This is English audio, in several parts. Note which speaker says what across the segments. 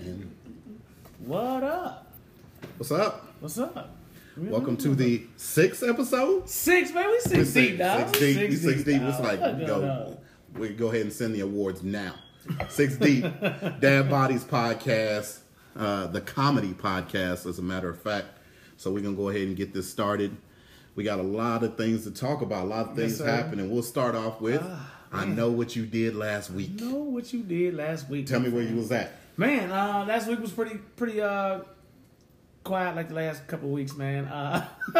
Speaker 1: And
Speaker 2: What up?
Speaker 1: what's up?
Speaker 2: What's up? We-
Speaker 1: Welcome to the sixth episode.
Speaker 2: six, man. We six deep, dog.
Speaker 1: Six deep. We Six deep.
Speaker 2: dog.
Speaker 1: It's like
Speaker 2: What going
Speaker 1: go.
Speaker 2: on?
Speaker 1: We go ahead and send the awards now. Six deep. Dad Bodies podcast, uh, the comedy podcast, as a matter of fact. So we're gonna go ahead and get this started. We got a lot of things to talk about. A lot of things
Speaker 2: sir. Ah,
Speaker 1: happening. We'll start off with. I know what you did last week.
Speaker 2: Know what you did last week?
Speaker 1: Tell me where you was at.
Speaker 2: man. Uh, last week was pretty, pretty uh, quiet, like the last couple weeks, man. Uh,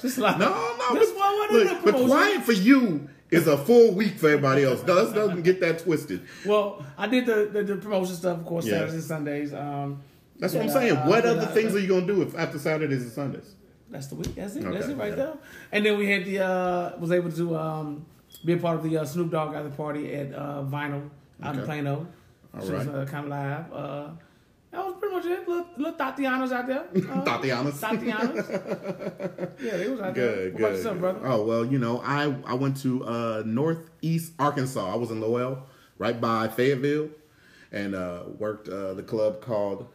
Speaker 2: just like
Speaker 1: No, no.
Speaker 2: This
Speaker 1: but-
Speaker 2: one wasn't
Speaker 1: look, but
Speaker 2: a promotion.
Speaker 1: quiet for you is a full week for everybody else. Does doesn't get that twisted.
Speaker 2: Well, I did the, the the promotion stuff, of course,
Speaker 1: Yeah.
Speaker 2: Saturdays and Sundays. Um,
Speaker 1: That's what I'm
Speaker 2: Yeah,
Speaker 1: saying.
Speaker 2: uh,
Speaker 1: what
Speaker 2: yeah,
Speaker 1: other
Speaker 2: I-
Speaker 1: things are you gonna do if after Saturdays and Sundays?
Speaker 2: That's the week. That's it. That's
Speaker 1: Okay,
Speaker 2: it right
Speaker 1: okay.
Speaker 2: there. And then we had the uh was able to um be a part of the uh, Snoop Dogg after party at uh Vinyl out in
Speaker 1: Okay.
Speaker 2: Plano.
Speaker 1: All
Speaker 2: she was
Speaker 1: right.
Speaker 2: uh, kind of live. Uh, that was pretty much it. Little, little Tatiana's out there. Uh,
Speaker 1: Tatiana's.
Speaker 2: Tatiana's. yeah, they was
Speaker 1: Good,
Speaker 2: out there. What
Speaker 1: good.
Speaker 2: about yourself, brother?
Speaker 1: Oh well, you know, I I went to uh, Northeast Arkansas. I was in Lowell, right by Fayetteville, and uh, worked uh, the club called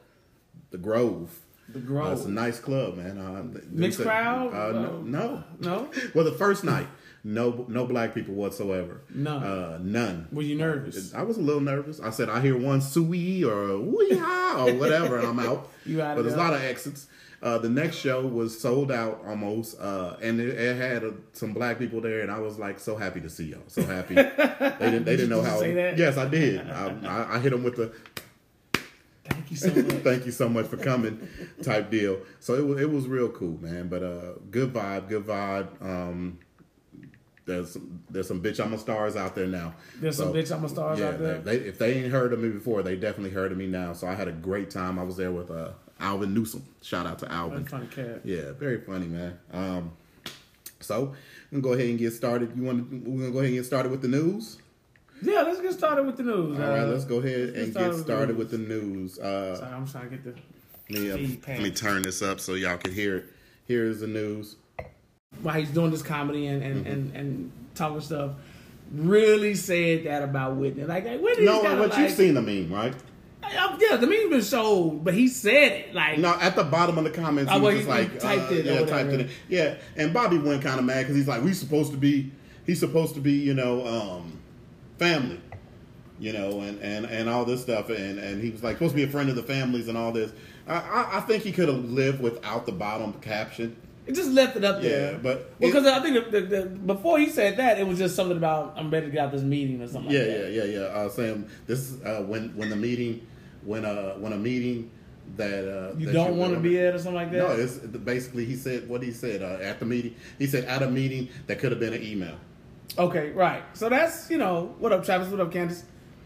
Speaker 1: the Grove.
Speaker 2: The
Speaker 1: Uh, it's a
Speaker 2: Grove.
Speaker 1: nice club, man. Uh, th-
Speaker 2: Mixed
Speaker 1: uh,
Speaker 2: crowd?
Speaker 1: Uh, no,
Speaker 2: Uh,
Speaker 1: no.
Speaker 2: no?
Speaker 1: Well, the first night, no, no black people whatsoever.
Speaker 2: None.
Speaker 1: Uh, none.
Speaker 2: Were you nervous?
Speaker 1: I was a little nervous. I said, I hear one suey or wee or whatever, and I'm out.
Speaker 2: You out
Speaker 1: but
Speaker 2: of
Speaker 1: there's a
Speaker 2: there.
Speaker 1: lot of exits. Uh, the next show was sold out almost, uh, and it, it had uh some black people there, and I was like, so happy to see y'all. So happy. they didn't. They didn't know
Speaker 2: Did you
Speaker 1: how.
Speaker 2: say that?
Speaker 1: Yes, I did. I, I, I hit them with the
Speaker 2: Thank you so much.
Speaker 1: thank you so much for coming type deal. So it was it was real cool, man. But uh, good vibe, good vibe. Um, there's some, there's some bitch I'm a stars out there now.
Speaker 2: There's some
Speaker 1: So-
Speaker 2: bitch I'm a stars
Speaker 1: yeah,
Speaker 2: out there.
Speaker 1: They, they, if they ain't heard of me before, they definitely heard of me now. So I had a great time. I was there with uh, Alvin Newsom. Shout out to
Speaker 2: I'm
Speaker 1: Alvin.
Speaker 2: trying to care.
Speaker 1: Yeah, very funny, man. Um, so I'm gonna go ahead and get started. You want? to We're gonna go ahead and get started with the news.
Speaker 2: Yeah, let's get started with the news. Uh,
Speaker 1: All right, Uh, let's go ahead
Speaker 2: get
Speaker 1: and get
Speaker 2: started with the
Speaker 1: started
Speaker 2: news.
Speaker 1: with the news. Uh,
Speaker 2: Sorry, I'm trying to get the
Speaker 1: let me, uh,
Speaker 2: Feed
Speaker 1: let me
Speaker 2: pack.
Speaker 1: turn this up so y'all can hear it. Here is the news.
Speaker 2: while he's doing this comedy and
Speaker 1: Mm-hmm.
Speaker 2: and, and, and talking stuff, really said that about Whitney. Like, like Whitney's
Speaker 1: No,
Speaker 2: got
Speaker 1: but
Speaker 2: like,
Speaker 1: you've seen the meme, right?
Speaker 2: I- I- yeah, the meme's been sold, but he said it like
Speaker 1: No, at the bottom of the comments,
Speaker 2: Oh,
Speaker 1: he
Speaker 2: well,
Speaker 1: was just
Speaker 2: he-
Speaker 1: like,
Speaker 2: he typed
Speaker 1: uh,
Speaker 2: it or
Speaker 1: yeah,
Speaker 2: whatever.
Speaker 1: typed it in. Yeah, and Bobby went kind of mad because he's like, we supposed to be, he's supposed to be, you know, um, family, you know, and, and, and all this stuff, and, and he was like supposed to be a friend of the families and all this. I, I, I think he could have lived without the bottom caption.
Speaker 2: it just left it up there.
Speaker 1: Yeah, but
Speaker 2: Because I think the, the, the, before he said that, it was just something about I'm ready to get out this meeting or something.
Speaker 1: yeah,
Speaker 2: like that.
Speaker 1: yeah, yeah, yeah. Uh, Sam, this is uh, when when the meeting when uh when a meeting that uh,
Speaker 2: You
Speaker 1: that
Speaker 2: don't want to
Speaker 1: wanna-
Speaker 2: be at or something like that.
Speaker 1: No, it's basically he said what he said uh, at the meeting. He said at a meeting that could have been an email.
Speaker 2: Okay, right. So that's you know what up, Travis. What up, Candace,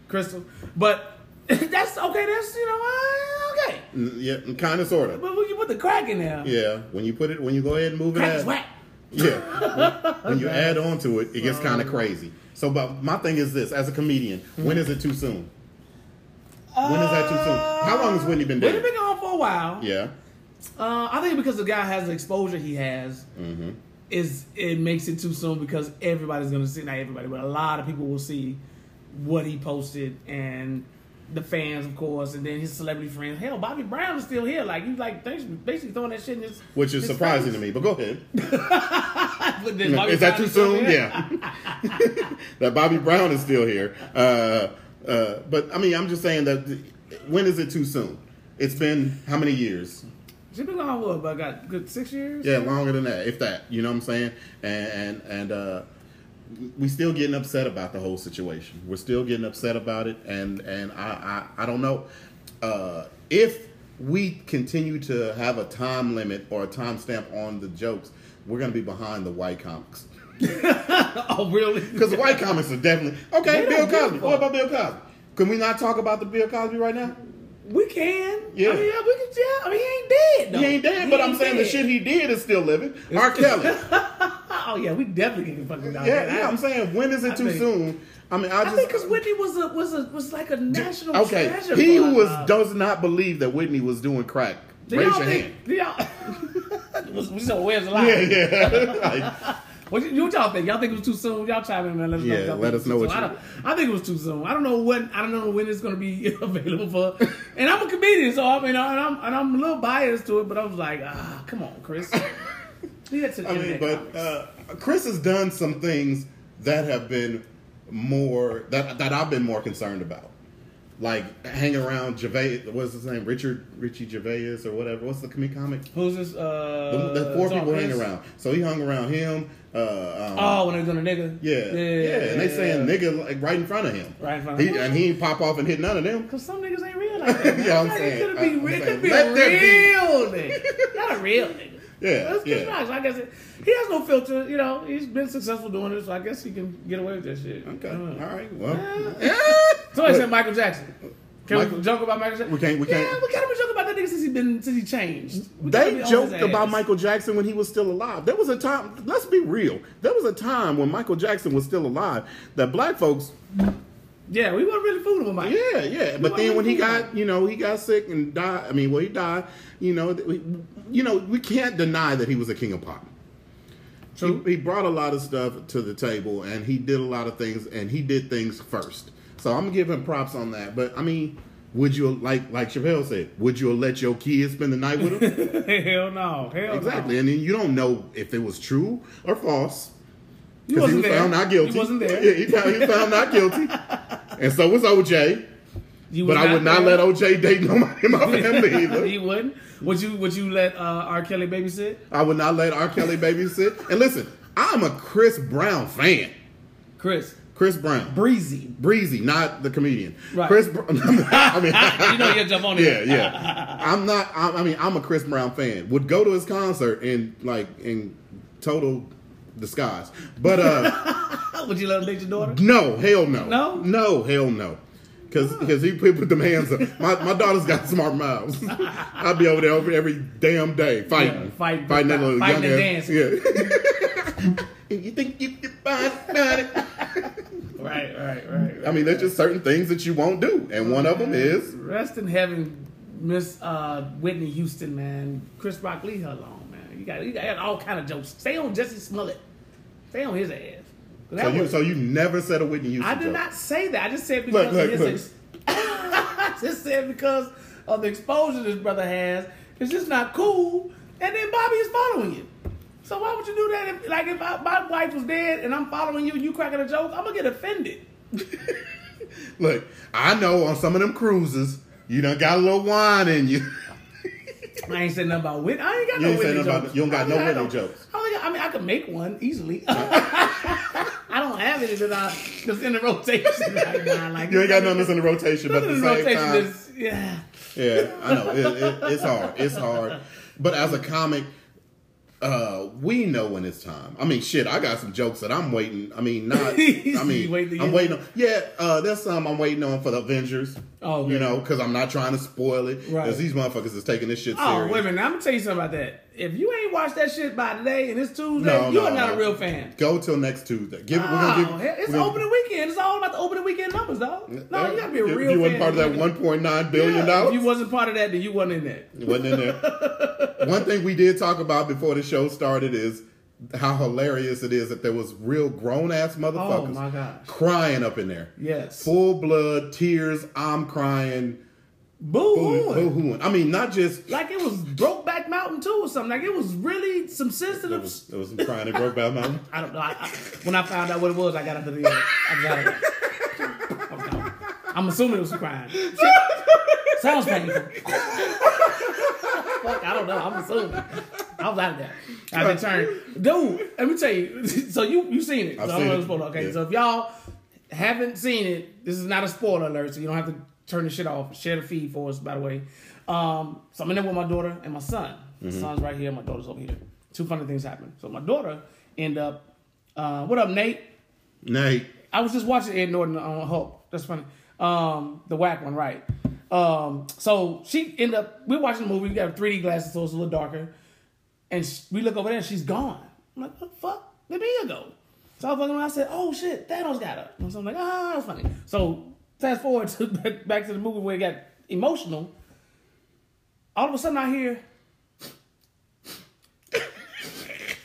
Speaker 2: Crystal. But that's okay. That's you know uh, okay.
Speaker 1: N- Yeah, kind of, sort of.
Speaker 2: But when you put the crack in there,
Speaker 1: Yeah, when you put it, when you go ahead and move it,
Speaker 2: crack is
Speaker 1: out-
Speaker 2: whack.
Speaker 1: yeah, when you add on to it, it gets
Speaker 2: Uh-huh.
Speaker 1: kind of crazy. So, but my thing is this: as a comedian,
Speaker 2: Mm-hmm.
Speaker 1: when is it too soon? When is that too soon? How long has Whitney been dead?
Speaker 2: Whitney been gone for a while.
Speaker 1: Yeah,
Speaker 2: Uh, I think because the guy has the exposure he has,
Speaker 1: Mm-hmm.
Speaker 2: is it makes it too soon because everybody's gonna see not everybody, but a lot of people will see what he posted and the fans, of course, and then his celebrity friends. Hell, Bobby Brown is still here. Like you, like thanks- basically throwing that shit in his.
Speaker 1: which is
Speaker 2: his
Speaker 1: surprising
Speaker 2: face.
Speaker 1: to me. But go ahead.
Speaker 2: But then Bobby
Speaker 1: is that
Speaker 2: Brown
Speaker 1: too
Speaker 2: still
Speaker 1: soon?
Speaker 2: here.
Speaker 1: Yeah. that Bobby Brown is still here. Uh, uh, but I mean, I'm just saying that th- when is it too soon? It's been how many years?
Speaker 2: She been gone for about got good six years.
Speaker 1: Yeah, longer than that, if that. You know what I'm saying? And and and uh, we still getting upset about the whole situation. We're still getting upset about it, and and I I, I don't know uh, if we continue to have a time limit or a time stamp on the jokes, we're gonna be behind the white comics.
Speaker 2: Oh really?
Speaker 1: Because the white comics are definitely okay.
Speaker 2: They
Speaker 1: Bill
Speaker 2: don't give a
Speaker 1: Cosby. What about Bill Cosby? Can we not talk about the Bill Cosby right now?
Speaker 2: We can.
Speaker 1: Yeah.
Speaker 2: I mean, yeah, we can. Yeah. I mean, he ain't dead. though.
Speaker 1: He ain't dead, but I'm
Speaker 2: ain't
Speaker 1: saying
Speaker 2: dead.
Speaker 1: the shit he did is still living. R. Kelly. yeah,
Speaker 2: Oh yeah, we definitely can fucking down that.
Speaker 1: yeah. I'm saying when is it
Speaker 2: I
Speaker 1: too
Speaker 2: think-
Speaker 1: soon? I mean, I
Speaker 2: I
Speaker 1: just
Speaker 2: think because Whitney was a was a was like a national
Speaker 1: okay.
Speaker 2: treasure.
Speaker 1: He
Speaker 2: for
Speaker 1: who was
Speaker 2: us.
Speaker 1: does not believe that Whitney was doing crack.
Speaker 2: Do
Speaker 1: raise
Speaker 2: y'all
Speaker 1: your
Speaker 2: think?
Speaker 1: hand.
Speaker 2: Do y'all? was, was so where's the lie?
Speaker 1: Yeah, yeah. Like,
Speaker 2: What, you, what y'all think? Y'all think it was too soon? Y'all chime in, man. Let us know.
Speaker 1: Yeah,
Speaker 2: if y'all
Speaker 1: let
Speaker 2: think
Speaker 1: us
Speaker 2: it
Speaker 1: know
Speaker 2: was
Speaker 1: what
Speaker 2: too soon.
Speaker 1: you-
Speaker 2: I, don't- I think it was too soon. I don't know when. I don't know when it's going to be available for. And I'm a comedian, so I mean, I- and I'm and I'm a little biased to it, but I was like, ah, come on, Chris. We had some
Speaker 1: I mean,
Speaker 2: internet
Speaker 1: but
Speaker 2: comics.
Speaker 1: uh, Chris has done some things that have been more that that I've been more concerned about, like hanging around Gervais. What's his name? Richard Richie Gervais or whatever. What's the comic comic?
Speaker 2: who's this? Uh,
Speaker 1: The, the four
Speaker 2: it's on
Speaker 1: people hang
Speaker 2: Chris?
Speaker 1: around. So he hung around him. Uh, um,
Speaker 2: Oh, when they was on the nigga.
Speaker 1: yeah, yeah, and they saying
Speaker 2: yeah.
Speaker 1: nigga like right in front of him.
Speaker 2: Right in front of
Speaker 1: he,
Speaker 2: him.
Speaker 1: And he ain't pop off and hit none of them.
Speaker 2: Cause some niggas ain't real like that. man.
Speaker 1: Yeah, I'm
Speaker 2: Like,
Speaker 1: saying,
Speaker 2: It could
Speaker 1: I'm
Speaker 2: be, it
Speaker 1: saying,
Speaker 2: could be
Speaker 1: let
Speaker 2: a
Speaker 1: there be-
Speaker 2: real nigga, not a real nigga.
Speaker 1: Yeah,
Speaker 2: That's Chris
Speaker 1: yeah.
Speaker 2: Rock. So I guess it, he has no filter. You know, he's been successful doing it, so I guess he can get away with that shit.
Speaker 1: Okay,
Speaker 2: I don't know.
Speaker 1: all right, well,
Speaker 2: Yeah. Somebody said Michael Jackson. Can
Speaker 1: Michael-
Speaker 2: we joke about Michael Jackson?
Speaker 1: We can't- we can't-
Speaker 2: Yeah, we can't even joke about that nigga since he been since he changed. We gotta be
Speaker 1: They
Speaker 2: on
Speaker 1: joked
Speaker 2: his
Speaker 1: about
Speaker 2: ass.
Speaker 1: Michael Jackson when he was still alive. There was a time, let's be real, there was a time when Michael Jackson was still alive that black folks,
Speaker 2: Yeah, we weren't really fooling with Michael.
Speaker 1: yeah, yeah. But then when he got, you know, he got sick and died, I mean, well, he died, you know, th- we, you know, we can't deny that he was a king of pop.
Speaker 2: True.
Speaker 1: He, he brought a lot of stuff to the table and he did a lot of things and he did things first. So I'm gonna give him props on that. But I mean, would you like like Chappelle said, would you let your kids spend the night with him?
Speaker 2: hell Oh, no. Hell
Speaker 1: Exactly,
Speaker 2: no.
Speaker 1: and then you don't know if it was true or false.
Speaker 2: You
Speaker 1: 'cause
Speaker 2: wasn't
Speaker 1: he was
Speaker 2: there.
Speaker 1: found not guilty.
Speaker 2: You wasn't there.
Speaker 1: Yeah, he found, he was found not guilty, and so was OJ.
Speaker 2: You
Speaker 1: But
Speaker 2: was
Speaker 1: I would not
Speaker 2: there.
Speaker 1: let OJ date nobody in my family either.
Speaker 2: he wouldn't. Would you? Would you let uh, R. Kelly babysit?
Speaker 1: I would not let R. Kelly babysit. And listen, I'm a Chris Brown fan.
Speaker 2: Chris
Speaker 1: Chris Brown,
Speaker 2: Breezy.
Speaker 1: Breezy, not the comedian.
Speaker 2: Right.
Speaker 1: Chris, Br- I mean,
Speaker 2: you know he'll jump on
Speaker 1: yeah,
Speaker 2: it.
Speaker 1: yeah. I'm not. I, I mean, I'm a Chris Brown fan. Would go to his concert in like in total disguise, but uh.
Speaker 2: Would you let him date your daughter?
Speaker 1: No, hell no.
Speaker 2: No?
Speaker 1: No, hell no. Because he put put them hands up. My, my daughter's got smart mouths. I'd be over there over every damn day fighting.
Speaker 2: Yeah, fighting,
Speaker 1: Fighting that
Speaker 2: fight-
Speaker 1: little
Speaker 2: fighting
Speaker 1: young
Speaker 2: and
Speaker 1: ass-
Speaker 2: dancing.
Speaker 1: Yeah. you think you can find it?
Speaker 2: Right, right, right.
Speaker 1: I
Speaker 2: right.
Speaker 1: mean, there's just certain things that you won't do. And one of them is,
Speaker 2: Rest in heaven, Miss uh, Whitney Houston, man. Chris Rock, leave her alone, man. You got, you got all kind of jokes. Stay on Jesse Smollett. Stay on his ass. 'Cause that
Speaker 1: so you,
Speaker 2: was-
Speaker 1: so you never said a Whitney Houston
Speaker 2: I did
Speaker 1: joke.
Speaker 2: not say that. I just said
Speaker 1: Look,
Speaker 2: because
Speaker 1: look,
Speaker 2: of his.
Speaker 1: look.
Speaker 2: Ex- I just said because of the exposure this brother has. It's just not cool. And then Bobby is following you. So why would you do that? If, like if I, my wife was dead and I'm following you and you cracking a joke, I'm gonna get offended.
Speaker 1: Look, I know on some of them cruises, you done got a little wine in you.
Speaker 2: I ain't said nothing about Whitney. I ain't got
Speaker 1: You
Speaker 2: no
Speaker 1: ain't said
Speaker 2: Whitney
Speaker 1: nothing about-
Speaker 2: jokes.
Speaker 1: you don't got no
Speaker 2: I mean, I
Speaker 1: Whitney
Speaker 2: don't-
Speaker 1: jokes.
Speaker 2: I, don't think- I mean, I could make one easily. I don't have any that I that's in the rotation right now. Like
Speaker 1: You ain't got nothing that's in the rotation, but at
Speaker 2: nothing
Speaker 1: the
Speaker 2: in
Speaker 1: same
Speaker 2: the
Speaker 1: time.
Speaker 2: rotation. that's- yeah.
Speaker 1: Yeah, I know. It, it, it's hard. It's hard. But as a comic, uh, we know when it's time. I mean, shit, I got some jokes that I'm waiting. I mean, not. I mean,
Speaker 2: You waiting to
Speaker 1: I'm
Speaker 2: get-
Speaker 1: waiting on. Yeah, uh, there's some I'm waiting on for the Avengers.
Speaker 2: Oh, okay.
Speaker 1: you know, because I'm not trying to spoil it.
Speaker 2: Right.
Speaker 1: Because these motherfuckers is taking this shit
Speaker 2: Oh,
Speaker 1: serious.
Speaker 2: wait a minute. I'm going to tell you something about that. If you ain't watched that shit by today and it's Tuesday,
Speaker 1: No,
Speaker 2: you
Speaker 1: no,
Speaker 2: are not
Speaker 1: no.
Speaker 2: a real fan.
Speaker 1: Go till next Tuesday. Give it. We're
Speaker 2: Oh,
Speaker 1: gonna give.
Speaker 2: hell, it's
Speaker 1: we're gonna-
Speaker 2: opening weekend. It's all about the opening weekend numbers, dog. No, you got to be a
Speaker 1: If-
Speaker 2: real
Speaker 1: If you
Speaker 2: fan.
Speaker 1: wasn't part of that 1.9 billion
Speaker 2: Yeah,
Speaker 1: dollars,
Speaker 2: If you wasn't part of that, then you wasn't in that.
Speaker 1: It wasn't in there. One thing we did talk about before the show started is how hilarious it is that there was real grown ass motherfuckers
Speaker 2: Oh, my gosh.
Speaker 1: crying up in there.
Speaker 2: Yes.
Speaker 1: Full blood, tears, I'm crying,
Speaker 2: Boo
Speaker 1: boo
Speaker 2: hooing.
Speaker 1: hooing. I mean, not just
Speaker 2: Like it was Brokeback Mountain 2 or something. Like it was really some
Speaker 1: there
Speaker 2: sensitive.
Speaker 1: was, there was some crying at Brokeback Mountain.
Speaker 2: I don't know. I, I, when I found out what it was, I got up to the end. I got it. I'm- I'm assuming it was some crying. Sounds painful. Fuck, I don't know. I'm assuming. I was out of there. I been turned. Dude, let me tell you. So you you seen it.
Speaker 1: I've
Speaker 2: so
Speaker 1: seen
Speaker 2: I don't
Speaker 1: it.
Speaker 2: know spoiler. Okay,
Speaker 1: Yeah.
Speaker 2: so if y'all haven't seen it, this is not a spoiler alert, so you don't have to turn the shit off. Share the feed for us, by the way. Um, so I'm in there with my daughter and my son. My
Speaker 1: Mm-hmm.
Speaker 2: son's right here, my daughter's over here. Two funny things happened. So my daughter end up uh, what up, Nate?
Speaker 1: Nate,
Speaker 2: I was just watching Ed Norton on Hulk. That's funny. Um, the whack one, right? Um, so she ended up. We're watching the movie. We got 3D glasses, so it's a little darker. And sh- we look over there, and she's gone. I'm like, what the fuck? Did Mia go? So I was fucking around. I said, oh shit, Thanos got her. And so I'm like, ah, that's funny. So fast forward to back, back to the movie where it got emotional. All of a sudden, I hear.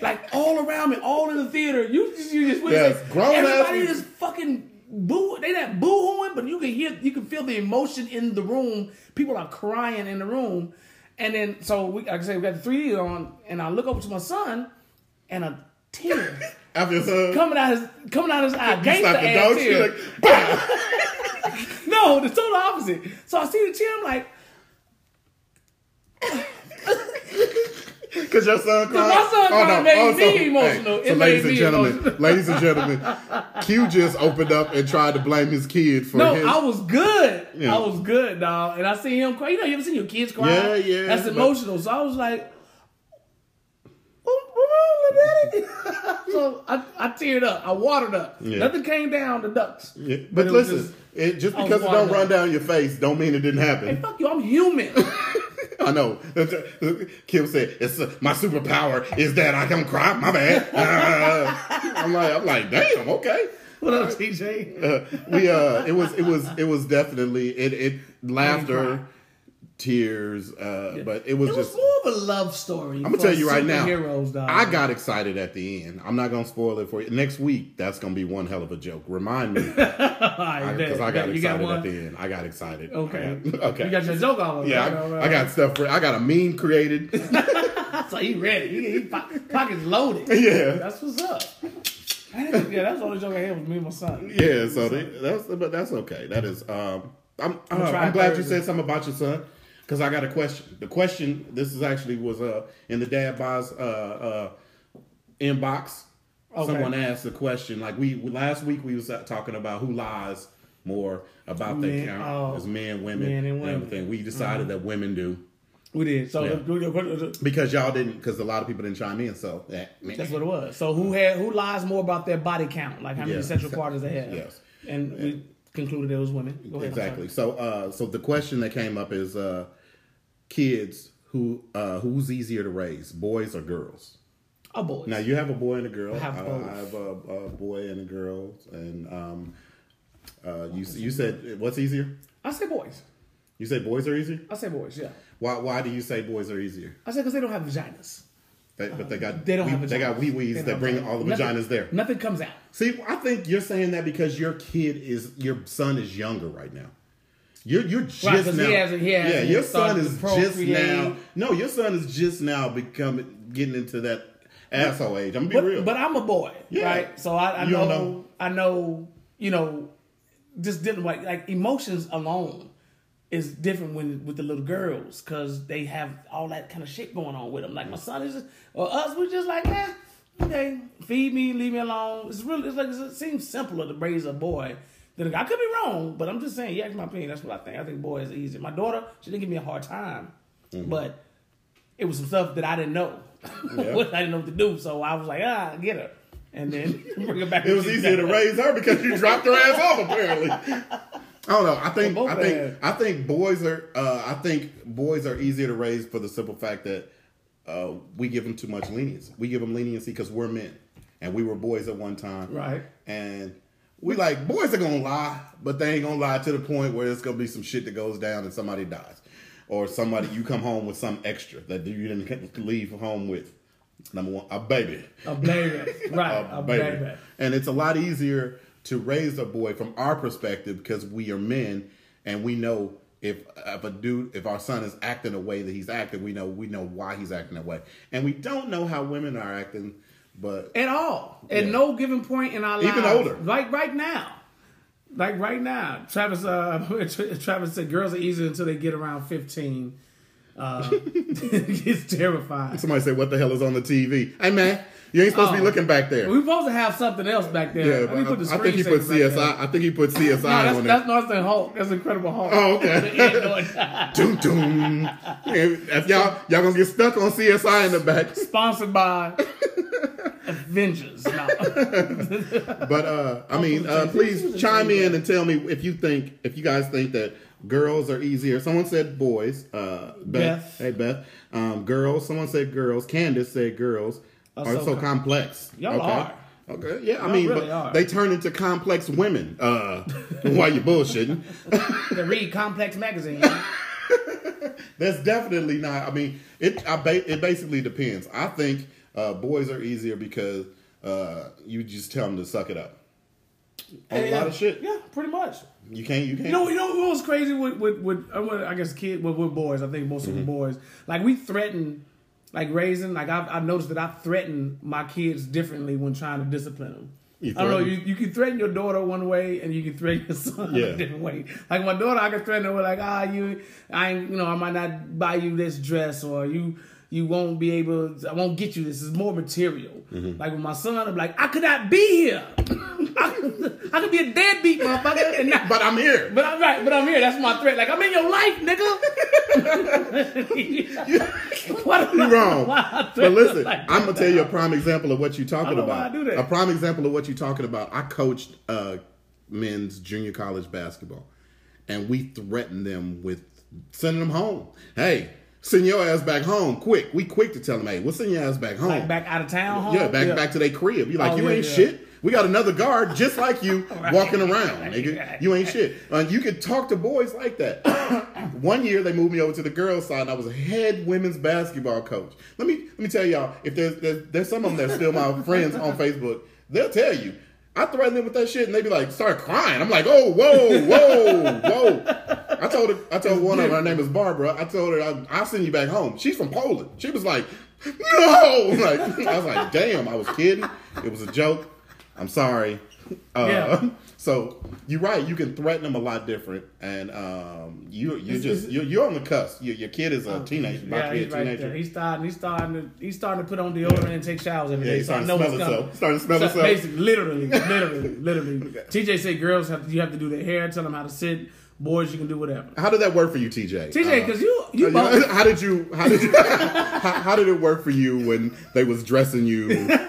Speaker 2: like all around me, all in the theater. You just you just
Speaker 1: Yes,
Speaker 2: like,
Speaker 1: grown-ass
Speaker 2: everybody
Speaker 1: people.
Speaker 2: is fucking boo. They not boohooing, but you can hear, you can feel the emotion in the room. People are crying in the room, and then so we, like I said, we got the 3D on, and I look over to my son, and a tear
Speaker 1: After his hug,
Speaker 2: coming out his coming out his eye,
Speaker 1: he
Speaker 2: gangster
Speaker 1: slapped the
Speaker 2: ass
Speaker 1: dog
Speaker 2: tear.
Speaker 1: shit like, "Bah!"
Speaker 2: No, the total opposite. So I see the tear, I'm like,
Speaker 1: Because your son cried.
Speaker 2: my son cried, it made me emotional.
Speaker 1: Oh, so
Speaker 2: It
Speaker 1: ladies
Speaker 2: made
Speaker 1: and
Speaker 2: me
Speaker 1: gentlemen,
Speaker 2: emotional.
Speaker 1: ladies and gentlemen, Q just opened up and tried to blame his kid for
Speaker 2: No,
Speaker 1: his.
Speaker 2: I was good.
Speaker 1: Yeah.
Speaker 2: I was good, dog. And I seen him cry. You know, you ever seen your kids cry?
Speaker 1: Yeah, yeah,
Speaker 2: That's
Speaker 1: but-
Speaker 2: emotional. So I was like, "What- what wrong with daddy?" so I, I teared up. I watered up.
Speaker 1: Yeah.
Speaker 2: Nothing came down the ducks.
Speaker 1: Yeah,
Speaker 2: But
Speaker 1: but
Speaker 2: it was
Speaker 1: listen,
Speaker 2: just-
Speaker 1: it, just
Speaker 2: I was
Speaker 1: because it don't
Speaker 2: wired up.
Speaker 1: run down your face, don't mean it didn't
Speaker 2: Hey,
Speaker 1: happen.
Speaker 2: fuck you. I'm human.
Speaker 1: I know. Kim said, "It's uh, my superpower is that I don't cry." My bad. Uh, I'm like, I'm like, damn, okay.
Speaker 2: what up, TJ?
Speaker 1: Uh, we uh, it was, it was, it was definitely it, it laughter, tears, uh, but it was
Speaker 2: It
Speaker 1: just
Speaker 2: was more of a love story.
Speaker 1: I'm gonna tell you right now.
Speaker 2: Heroes, dog.
Speaker 1: I got excited at the end. I'm not gonna spoil it for you. Next week, that's gonna be one hell of a joke. Remind me because
Speaker 2: because
Speaker 1: I got
Speaker 2: you got
Speaker 1: excited
Speaker 2: one.
Speaker 1: at the end. I got excited. I
Speaker 2: Okay.
Speaker 1: got- okay.
Speaker 2: You got your joke on.
Speaker 1: yeah,
Speaker 2: Right,
Speaker 1: I,
Speaker 2: right,
Speaker 1: I got stuff for. I got a meme created.
Speaker 2: right. So he ready. He, he po- pockets loaded.
Speaker 1: yeah,
Speaker 2: That's what's up. I didn't- yeah, that's the only joke I had was me and my son.
Speaker 1: yeah. So they, that's but that's okay. That is. Um, I'm I'm,
Speaker 2: try
Speaker 1: I'm glad you
Speaker 2: Thursday.
Speaker 1: said something about your son because I got a question. The question this is actually was uh in the dad boss uh uh inbox.
Speaker 2: Okay.
Speaker 1: Someone asked the question like we last week we was uh, talking about who lies more about their
Speaker 2: Men-
Speaker 1: count
Speaker 2: oh.
Speaker 1: as men, women,
Speaker 2: Men and women. Mm-hmm.
Speaker 1: everything. We decided that women do
Speaker 2: We did. So
Speaker 1: Yeah.
Speaker 2: the- the- the-
Speaker 1: because y'all didn't because a lot of people didn't chime in. So eh, meh.
Speaker 2: that's what it was. So who had who lies more about their body count, like how many
Speaker 1: Yeah.
Speaker 2: sexual partners they have?
Speaker 1: Yes.
Speaker 2: And we concluded it was women. Go ahead, I'm sorry.
Speaker 1: exactly. So, uh, so the question that came up is, uh, kids who uh, who's easier to raise, boys or girls?
Speaker 2: A boy.
Speaker 1: Now you have a boy and a girl. I
Speaker 2: have both.
Speaker 1: I have a, a boy and a girl, and um, uh, you you said what's easier?
Speaker 2: I say boys.
Speaker 1: You say boys are easier.
Speaker 2: I say boys. Yeah.
Speaker 1: Why why do you say boys are easier?
Speaker 2: I say because they don't have vaginas.
Speaker 1: They, but they got
Speaker 2: They don't
Speaker 1: wee-
Speaker 2: have. Vaginas.
Speaker 1: they got wee wees
Speaker 2: don't
Speaker 1: that
Speaker 2: have
Speaker 1: bring
Speaker 2: vaginas.
Speaker 1: all the
Speaker 2: Nothing-
Speaker 1: vaginas there.
Speaker 2: Nothing comes out.
Speaker 1: See, I think you're saying that because your kid is your son is younger right now. You're you're just
Speaker 2: 'cause
Speaker 1: now.
Speaker 2: he hasn't- he hasn't
Speaker 1: yeah, your son
Speaker 2: started
Speaker 1: is
Speaker 2: to
Speaker 1: just
Speaker 2: procreate.
Speaker 1: now. No, your son is just now becoming getting into that asshole age. I'm gonna be
Speaker 2: But,
Speaker 1: real.
Speaker 2: but I'm a boy,
Speaker 1: Yeah.
Speaker 2: right? So I, I
Speaker 1: You
Speaker 2: know,
Speaker 1: don't know.
Speaker 2: I know, you know, just didn't like like emotions alone is different when with the little girls because they have all that kind of shit going on with them. Like my son is, just, or us, we're just like, eh, okay, feed me, leave me alone. It's really, it's like it seems simpler to raise a boy. than a guy. I could be wrong, but I'm just saying. Yeah, that's my opinion. That's what I think. I think boys are easy. My daughter, she didn't give me a hard time,
Speaker 1: Mm-hmm.
Speaker 2: but it was some stuff that I didn't know.
Speaker 1: Yeah.
Speaker 2: I didn't know what to do, so I was like, ah, get her, and then bring her back.
Speaker 1: it was easier to raise her because you dropped her ass off. Apparently, I don't know. I think
Speaker 2: both
Speaker 1: I think
Speaker 2: of them.
Speaker 1: I think boys are uh, I think boys are easier to raise for the simple fact that uh, we give them too much leniency. We give them leniency because we're men and we were boys at one time,
Speaker 2: Right.
Speaker 1: And we like boys are gonna lie, but they ain't gonna lie to the point where it's gonna be some shit that goes down and somebody dies, or somebody you come home with some extra that you didn't leave home with. Number one, a baby
Speaker 2: A baby, right?
Speaker 1: a
Speaker 2: A
Speaker 1: baby.
Speaker 2: baby.
Speaker 1: And it's a lot easier to raise a boy from our perspective because we are men and we know if if a dude if our son is acting the way that he's acting, we know we know why he's acting that way. And we don't know how women are acting, but
Speaker 2: At all, at
Speaker 1: Yeah.
Speaker 2: no given point in our lives,
Speaker 1: Even older.
Speaker 2: like right now, like right now. Travis, uh, Tra- Travis said, girls are easier until they get around fifteen. Uh, it's terrifying.
Speaker 1: somebody said, What the hell is on the TV? Hey man, you ain't supposed to be
Speaker 2: Oh.
Speaker 1: looking back there.
Speaker 2: We're supposed to have something else back there.
Speaker 1: yeah,
Speaker 2: Let me
Speaker 1: but
Speaker 2: put the
Speaker 1: I, I think he
Speaker 2: screensaver
Speaker 1: put
Speaker 2: back there.
Speaker 1: CSI. I think he put CSI
Speaker 2: No, that's,
Speaker 1: on there.
Speaker 2: that's not the Hulk. That's Incredible Hulk.
Speaker 1: Oh, okay.
Speaker 2: The end noise.
Speaker 1: Doom, doom. If y'all y'all gonna get stuck on CSI in the back.
Speaker 2: Sponsored by Avengers. No.
Speaker 1: But uh, I mean,
Speaker 2: Oh,
Speaker 1: uh, please chime in and tell me if you think, if you guys think that girls are easier. Someone said boys. Uh, Beth,
Speaker 2: Beth.
Speaker 1: Hey, Beth. Um, girls. Someone said girls. Candace said girls are, so,
Speaker 2: Oh, so com-
Speaker 1: complex.
Speaker 2: Y'all
Speaker 1: okay.
Speaker 2: are.
Speaker 1: Okay. Yeah, I mean,
Speaker 2: really
Speaker 1: but
Speaker 2: are.
Speaker 1: they turn into complex women. Uh, while you bullshitting,
Speaker 2: the Read Complex magazine.
Speaker 1: that's definitely not. I mean, it. I ba- it basically depends. I think Uh, boys are easier because uh, you just tell them to suck it up. On a
Speaker 2: Yeah,
Speaker 1: lot of shit.
Speaker 2: Yeah, pretty much.
Speaker 1: You can't. You can't.
Speaker 2: You know, you know what was crazy with with, with I wanna- I guess kid with, with boys. I think most
Speaker 1: Mm-hmm.
Speaker 2: of the boys like we threaten, like raising. Like I've, I've noticed that I threaten my kids differently when trying to discipline them.
Speaker 1: You
Speaker 2: I don't know. You,
Speaker 1: threaten-
Speaker 2: you can threaten your daughter one way, and you can threaten your son
Speaker 1: Yeah.
Speaker 2: a different way. Like my daughter, I can threaten her with like, ah, you, I, ain't, you know, I might not buy you this dress, or you, you won't be able, I won't get you this. It's more material.
Speaker 1: Mm-hmm.
Speaker 2: Like with my son, I'm like, I could not be here. I could be a deadbeat motherfucker, and not,
Speaker 1: but I'm here.
Speaker 2: but I'm right. But I'm here. That's my threat. Like I'm in your life, nigga. Why do I-
Speaker 1: You're wrong.
Speaker 2: why I
Speaker 1: But
Speaker 2: threaten
Speaker 1: listen,
Speaker 2: like
Speaker 1: I'm gonna tell you a prime example of what you're talking
Speaker 2: I don't know why
Speaker 1: about.
Speaker 2: I do that.
Speaker 1: A prime example of what you're talking about. I coached uh, men's junior college basketball, and we threatened them with sending them home. Hey, send your ass back home quick. We quick to tell them, hey, we'll send your ass back home.
Speaker 2: Like back out of town, home?
Speaker 1: Yeah, back back to their crib. You like
Speaker 2: Oh,
Speaker 1: you
Speaker 2: yeah,
Speaker 1: ain't
Speaker 2: yeah.
Speaker 1: shit. We got another guard just like you walking around,
Speaker 2: Right,
Speaker 1: nigga.
Speaker 2: right.
Speaker 1: You ain't shit. Uh, you can talk to boys like that. One year they moved me over to the girls' side, and I was a head women's basketball coach. Let me let me tell y'all, if there's there's, there's some of them that's still my friends on Facebook, they'll tell you. I threaten them with that shit, and they be like, start crying. I'm like, oh, whoa, whoa, whoa. I told her, I told one of them, her name is Barbara. I told her, I, I'll send you back home. She's from Poland. She was like, no. Like, I was like, damn, I was kidding. It was a joke. I'm sorry. Uh,
Speaker 2: Yeah.
Speaker 1: So you're right. You can threaten them a lot different, and um, you you
Speaker 2: Is-
Speaker 1: just
Speaker 2: is-
Speaker 1: you're, you're on the cusp. Your, your kid is a teenager. About to
Speaker 2: Yeah,
Speaker 1: be a
Speaker 2: Oh, he's right
Speaker 1: teenager.
Speaker 2: there. He's starting. He's starting to. He's starting to put on deodorant and take showers every day.
Speaker 1: yeah, he's
Speaker 2: so I
Speaker 1: starting
Speaker 2: know
Speaker 1: to smell
Speaker 2: what's coming.
Speaker 1: himself. Starting to smell
Speaker 2: So
Speaker 1: himself.
Speaker 2: basically, literally, literally, literally. TJ said girls have you have to do their hair, tell them how to sit. Boys, you can do whatever.
Speaker 1: How did that work for you, TJ?
Speaker 2: TJ,
Speaker 1: Uh,
Speaker 2: because you you
Speaker 1: how
Speaker 2: both.
Speaker 1: did- how did you how did you, how, how did it work for you when they was dressing you?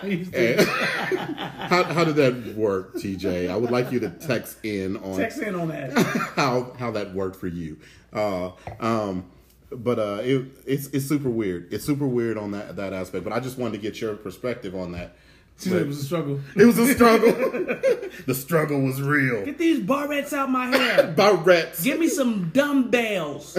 Speaker 1: And- how, how did that work, TJ? I would like you to text in on
Speaker 2: Text in on that.
Speaker 1: how how that worked for you. Uh, um, but uh, it, it's it's super weird. It's super weird on that that aspect. But I just wanted to get your perspective on that.
Speaker 2: TJ it was a struggle.
Speaker 1: It was a struggle. the struggle was real.
Speaker 2: Get these barrettes out my hair.
Speaker 1: Barrettes.
Speaker 2: Give me some dumbbells.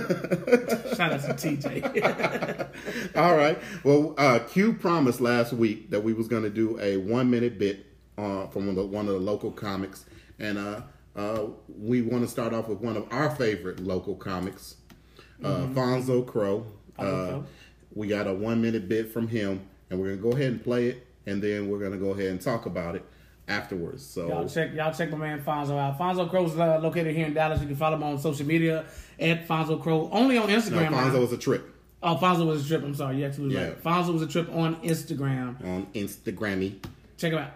Speaker 2: Shout out to TJ.
Speaker 1: All right. Well, uh, Q promised last week that we was going to do a one minute bit uh, from one of, the, one of the local comics, and uh, uh, we want to start off with one of our favorite local comics, uh, Fonzo Crow.
Speaker 2: Mm-hmm. Fonzo
Speaker 1: Uh,
Speaker 2: Crow.
Speaker 1: we got a one minute bit from him, and we're going to go ahead and play it, and then we're going to go ahead and talk about it afterwards. So
Speaker 2: Y'all check, y'all check my man Fonzo out. Fonzo Crow is uh, located here in Dallas. You can follow him on social media at Fonzo Crow. Only on Instagram.
Speaker 1: Fonzo
Speaker 2: now.
Speaker 1: was a trip
Speaker 2: Oh, Fonzo was a trip. I'm sorry, you absolutely
Speaker 1: Yeah.
Speaker 2: right. Fonzo was a trip on Instagram.
Speaker 1: on Instagrammy.
Speaker 2: Check him out.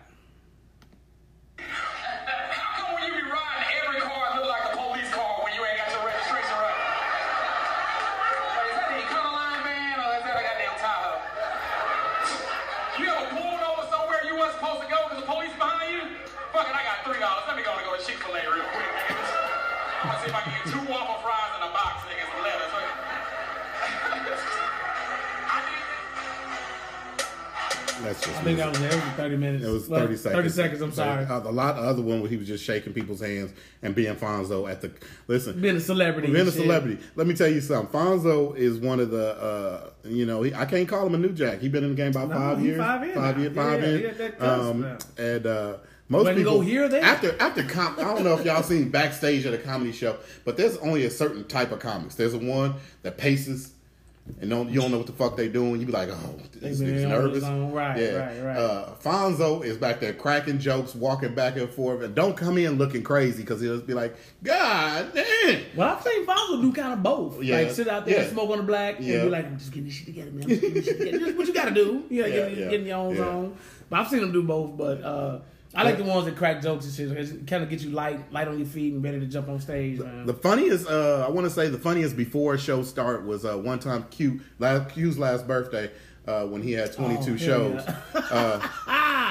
Speaker 3: How come when you be riding, every car look like a police car when you ain't got your registration right? Like, is that the Econoline van or is that a goddamn Tahoe? You ever pulled over somewhere you wasn't supposed to go because the police behind you? Fuck it, I got three dollars. Let me go and go to Chick-fil-A real quick, nigga. I'm gonna see if I can get two waffle fries and a box, nigga, some lettuce. Wait. I did
Speaker 1: That's just
Speaker 2: I think that was, that was 30 minutes.
Speaker 1: It was
Speaker 2: Well,
Speaker 1: 30 seconds.
Speaker 2: 30 seconds, I'm sorry.
Speaker 1: Uh, A lot of other one where he was just shaking people's hands and being Fonzo at the. Listen,
Speaker 2: Being a celebrity.
Speaker 1: being
Speaker 2: and
Speaker 1: a
Speaker 2: shit.
Speaker 1: celebrity. Let me tell you something. Fonzo is one of the, uh, you know, he, I can't call him a new jack. He been in the game about
Speaker 2: No,
Speaker 1: five
Speaker 2: he
Speaker 1: years.
Speaker 2: five in
Speaker 1: Five
Speaker 2: now.
Speaker 1: years. Five
Speaker 2: Yeah,
Speaker 1: in.
Speaker 2: he had that cusp
Speaker 1: Um,
Speaker 2: now.
Speaker 1: and uh, most
Speaker 2: When
Speaker 1: people
Speaker 2: go here, there?
Speaker 1: after after com- I don't know if y'all seen backstage at a comedy show, but there's only a certain type of comics. There's a one that paces. And don't, you don't know what the fuck they doing. You be like, oh, this
Speaker 2: been
Speaker 1: nigga's
Speaker 2: on
Speaker 1: nervous.
Speaker 2: his own. Right, right, right.
Speaker 1: Uh, Fonzo is back there cracking jokes, walking back and forth, and don't come in looking crazy because he'll just be like, God damn.
Speaker 2: Well, I've seen Fonzo do kind of both.
Speaker 1: Yeah.
Speaker 2: Like sit out there,
Speaker 1: Yeah.
Speaker 2: and smoke on the black,
Speaker 1: Yeah.
Speaker 2: and be like, "I'm just getting this shit together, man. I'm just getting this shit together." Just what you gotta do. You gotta
Speaker 1: Yeah,
Speaker 2: get,
Speaker 1: yeah,
Speaker 2: get in your own
Speaker 1: yeah.
Speaker 2: zone. But I've seen him do both. But uh, I like the ones that crack jokes and shit. 'cause It kind of gets you light, light on your feet, and ready to jump on stage, man.
Speaker 1: The funniest, uh, I want to say the funniest before a show start was uh, one time Q, last, Q's last birthday uh, when he had 22
Speaker 2: Oh, hell
Speaker 1: shows. uh,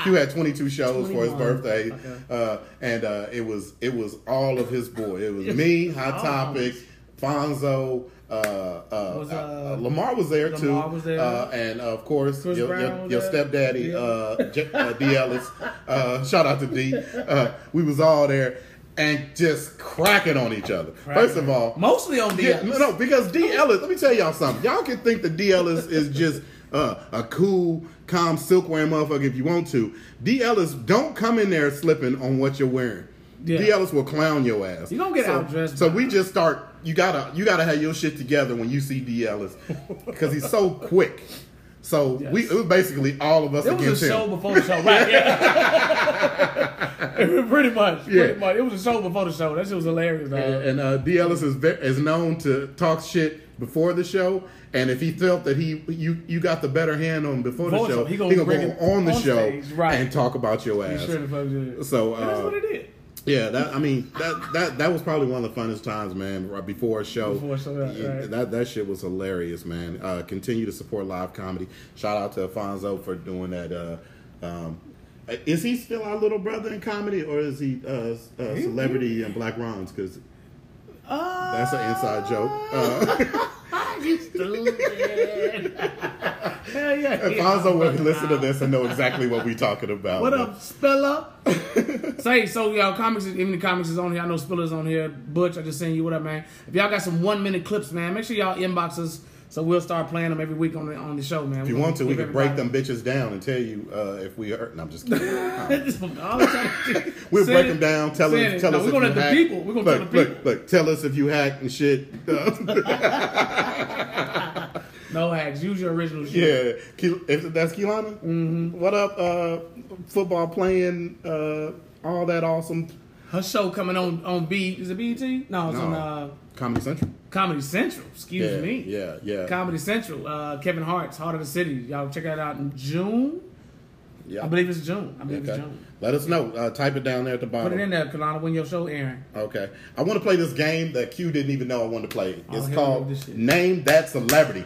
Speaker 1: Q had 22 shows for his
Speaker 2: 21.
Speaker 1: birthday,
Speaker 2: Okay.
Speaker 1: uh, and uh, it was it was all of his boy. It was me, Hot
Speaker 2: Oh.
Speaker 1: Topic, Fonzo. Uh, uh,
Speaker 2: Was,
Speaker 1: uh,
Speaker 2: uh,
Speaker 1: Lamar was there too,
Speaker 2: Lamar was there.
Speaker 1: Uh, and of course
Speaker 2: Chris
Speaker 1: your,
Speaker 2: Brown
Speaker 1: your,
Speaker 2: was
Speaker 1: your
Speaker 2: there.
Speaker 1: stepdaddy
Speaker 2: Yeah.
Speaker 1: uh, J- uh, D Ellis. Uh, shout out to D. Uh, we was all there and just cracking on each other. First of all,
Speaker 2: mostly on the
Speaker 1: yeah, no, no, because D Ellis. Let me tell y'all something. Y'all can think that D Ellis is just uh, a cool, calm, silkwear motherfucker if you want to. D. Ellis, don't come in there slipping on what you're wearing.
Speaker 2: Yeah.
Speaker 1: D. Ellis will clown your ass.
Speaker 2: You gonna get
Speaker 1: so,
Speaker 2: outdressed
Speaker 1: So
Speaker 2: by-
Speaker 1: we just start. You gotta, you gotta have your shit together when you see D. Ellis because he's so quick. So we,
Speaker 2: Yes.
Speaker 1: it was basically all of us
Speaker 2: It
Speaker 1: against
Speaker 2: was a
Speaker 1: him.
Speaker 2: show before the show, right? Yeah. pretty much.
Speaker 1: Yeah.
Speaker 2: Pretty much. It was a show before the show. That shit was hilarious, dog.
Speaker 1: And, and uh, D. Ellis is ve- is known to talk shit before the show, and if he felt that he you you got the better hand on him before the
Speaker 2: Before the
Speaker 1: show,
Speaker 2: show,
Speaker 1: he
Speaker 2: he
Speaker 1: gonna,
Speaker 2: gonna bring it
Speaker 1: go on the
Speaker 2: on
Speaker 1: show
Speaker 2: stage, right.
Speaker 1: and talk about your
Speaker 2: You
Speaker 1: ass.
Speaker 2: sure the fuck did.
Speaker 1: So,
Speaker 2: And that's
Speaker 1: uh,
Speaker 2: what it did.
Speaker 1: Yeah, that I mean that that that was probably one of the funnest times, man. Right before a show,
Speaker 2: Before a show, right,
Speaker 1: Yeah,
Speaker 2: right.
Speaker 1: that that shit was hilarious, man. Uh, continue to support live comedy. Shout out to Alfonso for doing that. Uh, um, is he still our little brother in comedy, or is he uh, uh, celebrity and Black Rons? Because
Speaker 2: Uh,
Speaker 1: that's an inside joke. Uh,
Speaker 2: you stupid. Hell yeah.
Speaker 1: Alfonso
Speaker 2: Yeah.
Speaker 1: will listen to this and know exactly what we're talking about.
Speaker 2: What up, Spiller? Say so, y'all. Comics, is- even the comics is on here. I know Spiller's on here. Butch, I just seen you. What up, man? If y'all got some one minute clips, man, make sure y'all inbox us so we'll start playing them every week on the on the show, man.
Speaker 1: If you want to, we can break them bitches down and tell you uh, if we hurt. No, I'm just kidding. We'll break them down. Tell us, tell us
Speaker 2: We're
Speaker 1: if
Speaker 2: gonna
Speaker 1: you
Speaker 2: let the
Speaker 1: hack.
Speaker 2: people. We're gonna
Speaker 1: look,
Speaker 2: tell the people.
Speaker 1: Look, look, tell us if you hack and shit.
Speaker 2: No hacks. Use your original shit.
Speaker 1: yeah, Ke- if that's Keelana. Mm-hmm. What up? Uh, football playing, uh, all that awesome.
Speaker 2: Her show coming on on B. Is it BET? No, it's on
Speaker 1: No.
Speaker 2: uh,
Speaker 1: Comedy Central.
Speaker 2: Comedy Central. Excuse
Speaker 1: yeah,
Speaker 2: me.
Speaker 1: Yeah, yeah,
Speaker 2: Comedy Central. Uh, Kevin Hart's Heart of the City. Y'all check that out in June.
Speaker 1: yeah.
Speaker 2: I believe it's June. I believe it's
Speaker 1: Okay.
Speaker 2: June.
Speaker 1: Let us know. Uh, type it down there at the bottom.
Speaker 2: Put it in there, Kalana. When your show airing.
Speaker 1: Okay. I want to play this game that Q didn't even know I wanted to play.
Speaker 2: Oh,
Speaker 1: It's
Speaker 2: here we go with this
Speaker 1: called
Speaker 2: shit.
Speaker 1: Name That Celebrity.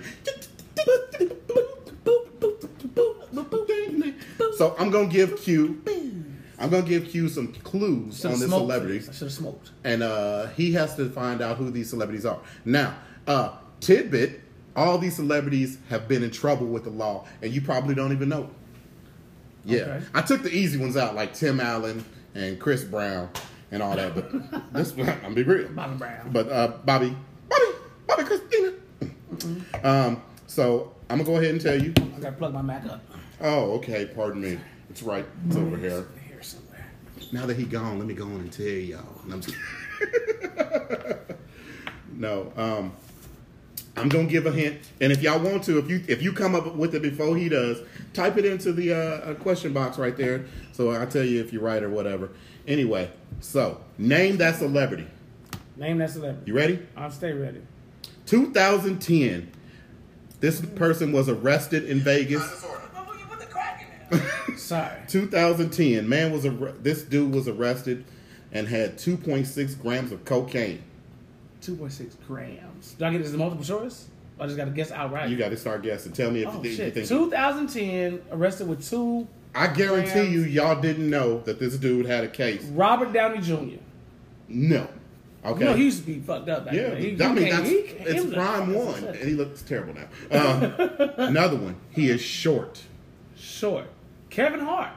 Speaker 1: So I'm going to give Q I'm going to give Q some clues
Speaker 2: Should've
Speaker 1: on the
Speaker 2: smoked.
Speaker 1: celebrities
Speaker 2: I should have smoked.
Speaker 1: and uh, he has to find out who these celebrities are. Now, uh, tidbit: all these celebrities have been in trouble with the law, and you probably don't even know. it. Yeah,
Speaker 2: Okay.
Speaker 1: I took the easy ones out, like Tim Allen and Chris Brown and all that. But this, one, I'm gonna be real,
Speaker 2: Bobby Brown.
Speaker 1: But uh, Bobby, Bobby, Bobby, Christina. Um, so I'm gonna go ahead and tell you.
Speaker 2: I gotta plug my Mac up.
Speaker 1: Oh, okay. Pardon me. It's right. It's over here.
Speaker 2: Here somewhere.
Speaker 1: Now that he gone, let me go on and tell y'all. And I'm just- no, um, I'm gonna give a hint, and if y'all want to, if you if you come up with it before he does, type it into the uh, uh, question box right there, so I'll tell you if you're right or whatever. Anyway, so name that celebrity.
Speaker 2: Name that celebrity.
Speaker 1: You ready?
Speaker 2: I'll stay ready.
Speaker 1: 2010. This person was arrested in Vegas.
Speaker 3: Put the crack in there.
Speaker 2: Sorry.
Speaker 1: 2010. Man was ar- this dude was arrested and had 2.6 grams of cocaine.
Speaker 2: Two point six grams. Do I get this as multiple choice? Or I just gotta guess outright.
Speaker 1: You got to start guessing. Tell me if
Speaker 2: Oh
Speaker 1: you, think- you
Speaker 2: shit.
Speaker 1: think.
Speaker 2: 2010 arrested with two
Speaker 1: I guarantee
Speaker 2: Grams.
Speaker 1: you, y'all didn't know that this dude had a case.
Speaker 2: Robert Downey Jr.
Speaker 1: No. Okay.
Speaker 2: You know he used to be fucked up back
Speaker 1: yeah,
Speaker 2: then. He,
Speaker 1: I mean,
Speaker 2: he can't-
Speaker 1: that's,
Speaker 2: he can't- he
Speaker 1: it's
Speaker 2: was a-
Speaker 1: prime
Speaker 2: that's
Speaker 1: one,
Speaker 2: upset.
Speaker 1: and he looks terrible now. Um, another one. He is short.
Speaker 2: Short. Kevin Hart.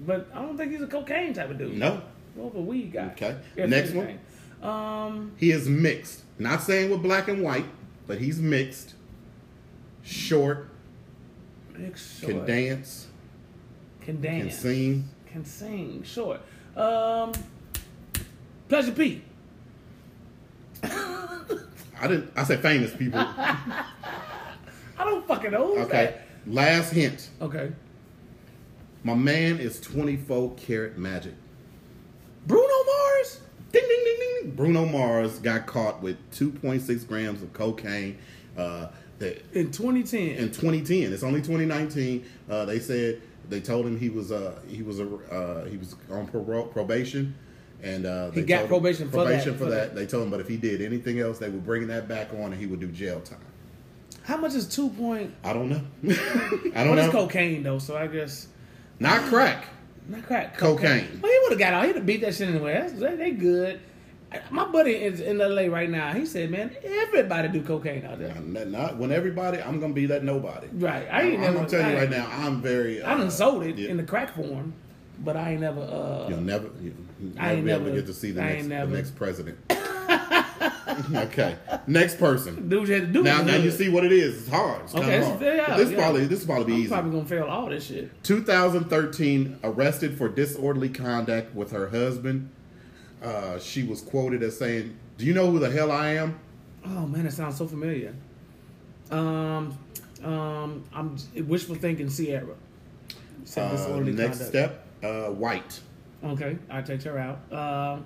Speaker 2: But I don't think he's a cocaine type of dude.
Speaker 1: No.
Speaker 2: More of a weed guy.
Speaker 1: Okay.
Speaker 2: If
Speaker 1: Next
Speaker 2: anything. Um,
Speaker 1: He is mixed. Not saying with black and white, but he's mixed. Short.
Speaker 2: next
Speaker 1: Can
Speaker 2: short.
Speaker 1: dance.
Speaker 2: Can dance.
Speaker 1: Can sing.
Speaker 2: Can sing. Short. Um, Pleasure P.
Speaker 1: I didn't. I said famous people.
Speaker 2: I don't fucking know. who's
Speaker 1: Okay. Last hint.
Speaker 2: that. Okay.
Speaker 1: My man is 24 karat magic.
Speaker 2: Bruno Mars.
Speaker 1: Ding, ding, ding, ding, ding. Bruno Mars got caught with 2.6 grams of cocaine uh, that,
Speaker 2: In 2010.
Speaker 1: in 2010. It's only 2019. Uh, they said they told him he was uh, he was a, uh, he was on pro- probation, and uh, they
Speaker 2: got
Speaker 1: told him-
Speaker 2: probation for that,
Speaker 1: probation for,
Speaker 2: for
Speaker 1: that.
Speaker 2: that.
Speaker 1: They told him, but if he did anything else, they would bring that back on, and he would do jail time.
Speaker 2: How much is two point?
Speaker 1: I don't know. I don't
Speaker 2: What is
Speaker 1: know.
Speaker 2: cocaine though? So I guess
Speaker 1: Not crack.
Speaker 2: not crack.
Speaker 1: Cocaine.
Speaker 2: Well, he would have got out. He'd have beat that shit anyway. That's, they, they good. My buddy is in LA right now. He said, "Man, everybody do cocaine out there."
Speaker 1: Not, not- when everybody. I'm gonna be that nobody.
Speaker 2: Right. I ain't
Speaker 1: I'm
Speaker 2: never.
Speaker 1: gonna tell
Speaker 2: I,
Speaker 1: you right now. I'm very. uh,
Speaker 2: I done sold it
Speaker 1: yeah.
Speaker 2: in the crack form, but I ain't never. Uh,
Speaker 1: You'll never, you'll never
Speaker 2: I ain't
Speaker 1: be able to
Speaker 2: never-
Speaker 1: get to see the
Speaker 2: I
Speaker 1: next,
Speaker 2: ain't
Speaker 1: the
Speaker 2: never.
Speaker 1: next president. okay. Next person.
Speaker 2: Dude had to do
Speaker 1: Now,
Speaker 2: it.
Speaker 1: now you see what it is. It's hard. It's kind
Speaker 2: Okay,
Speaker 1: of
Speaker 2: it's-
Speaker 1: hard.
Speaker 2: yeah,
Speaker 1: But this
Speaker 2: yeah.
Speaker 1: probably this probably be
Speaker 2: I'm
Speaker 1: easy.
Speaker 2: probably gonna fail all this shit.
Speaker 1: 2013, arrested for disorderly conduct with her husband. Uh, she was quoted as saying, "Do you know who the hell I am?"
Speaker 2: Oh man, it sounds so familiar. Um, um, I'm wishful thinking Sierra. Said
Speaker 1: Uh,
Speaker 2: disorderly
Speaker 1: next
Speaker 2: conduct.
Speaker 1: step, uh, White.
Speaker 2: Okay, I take her out.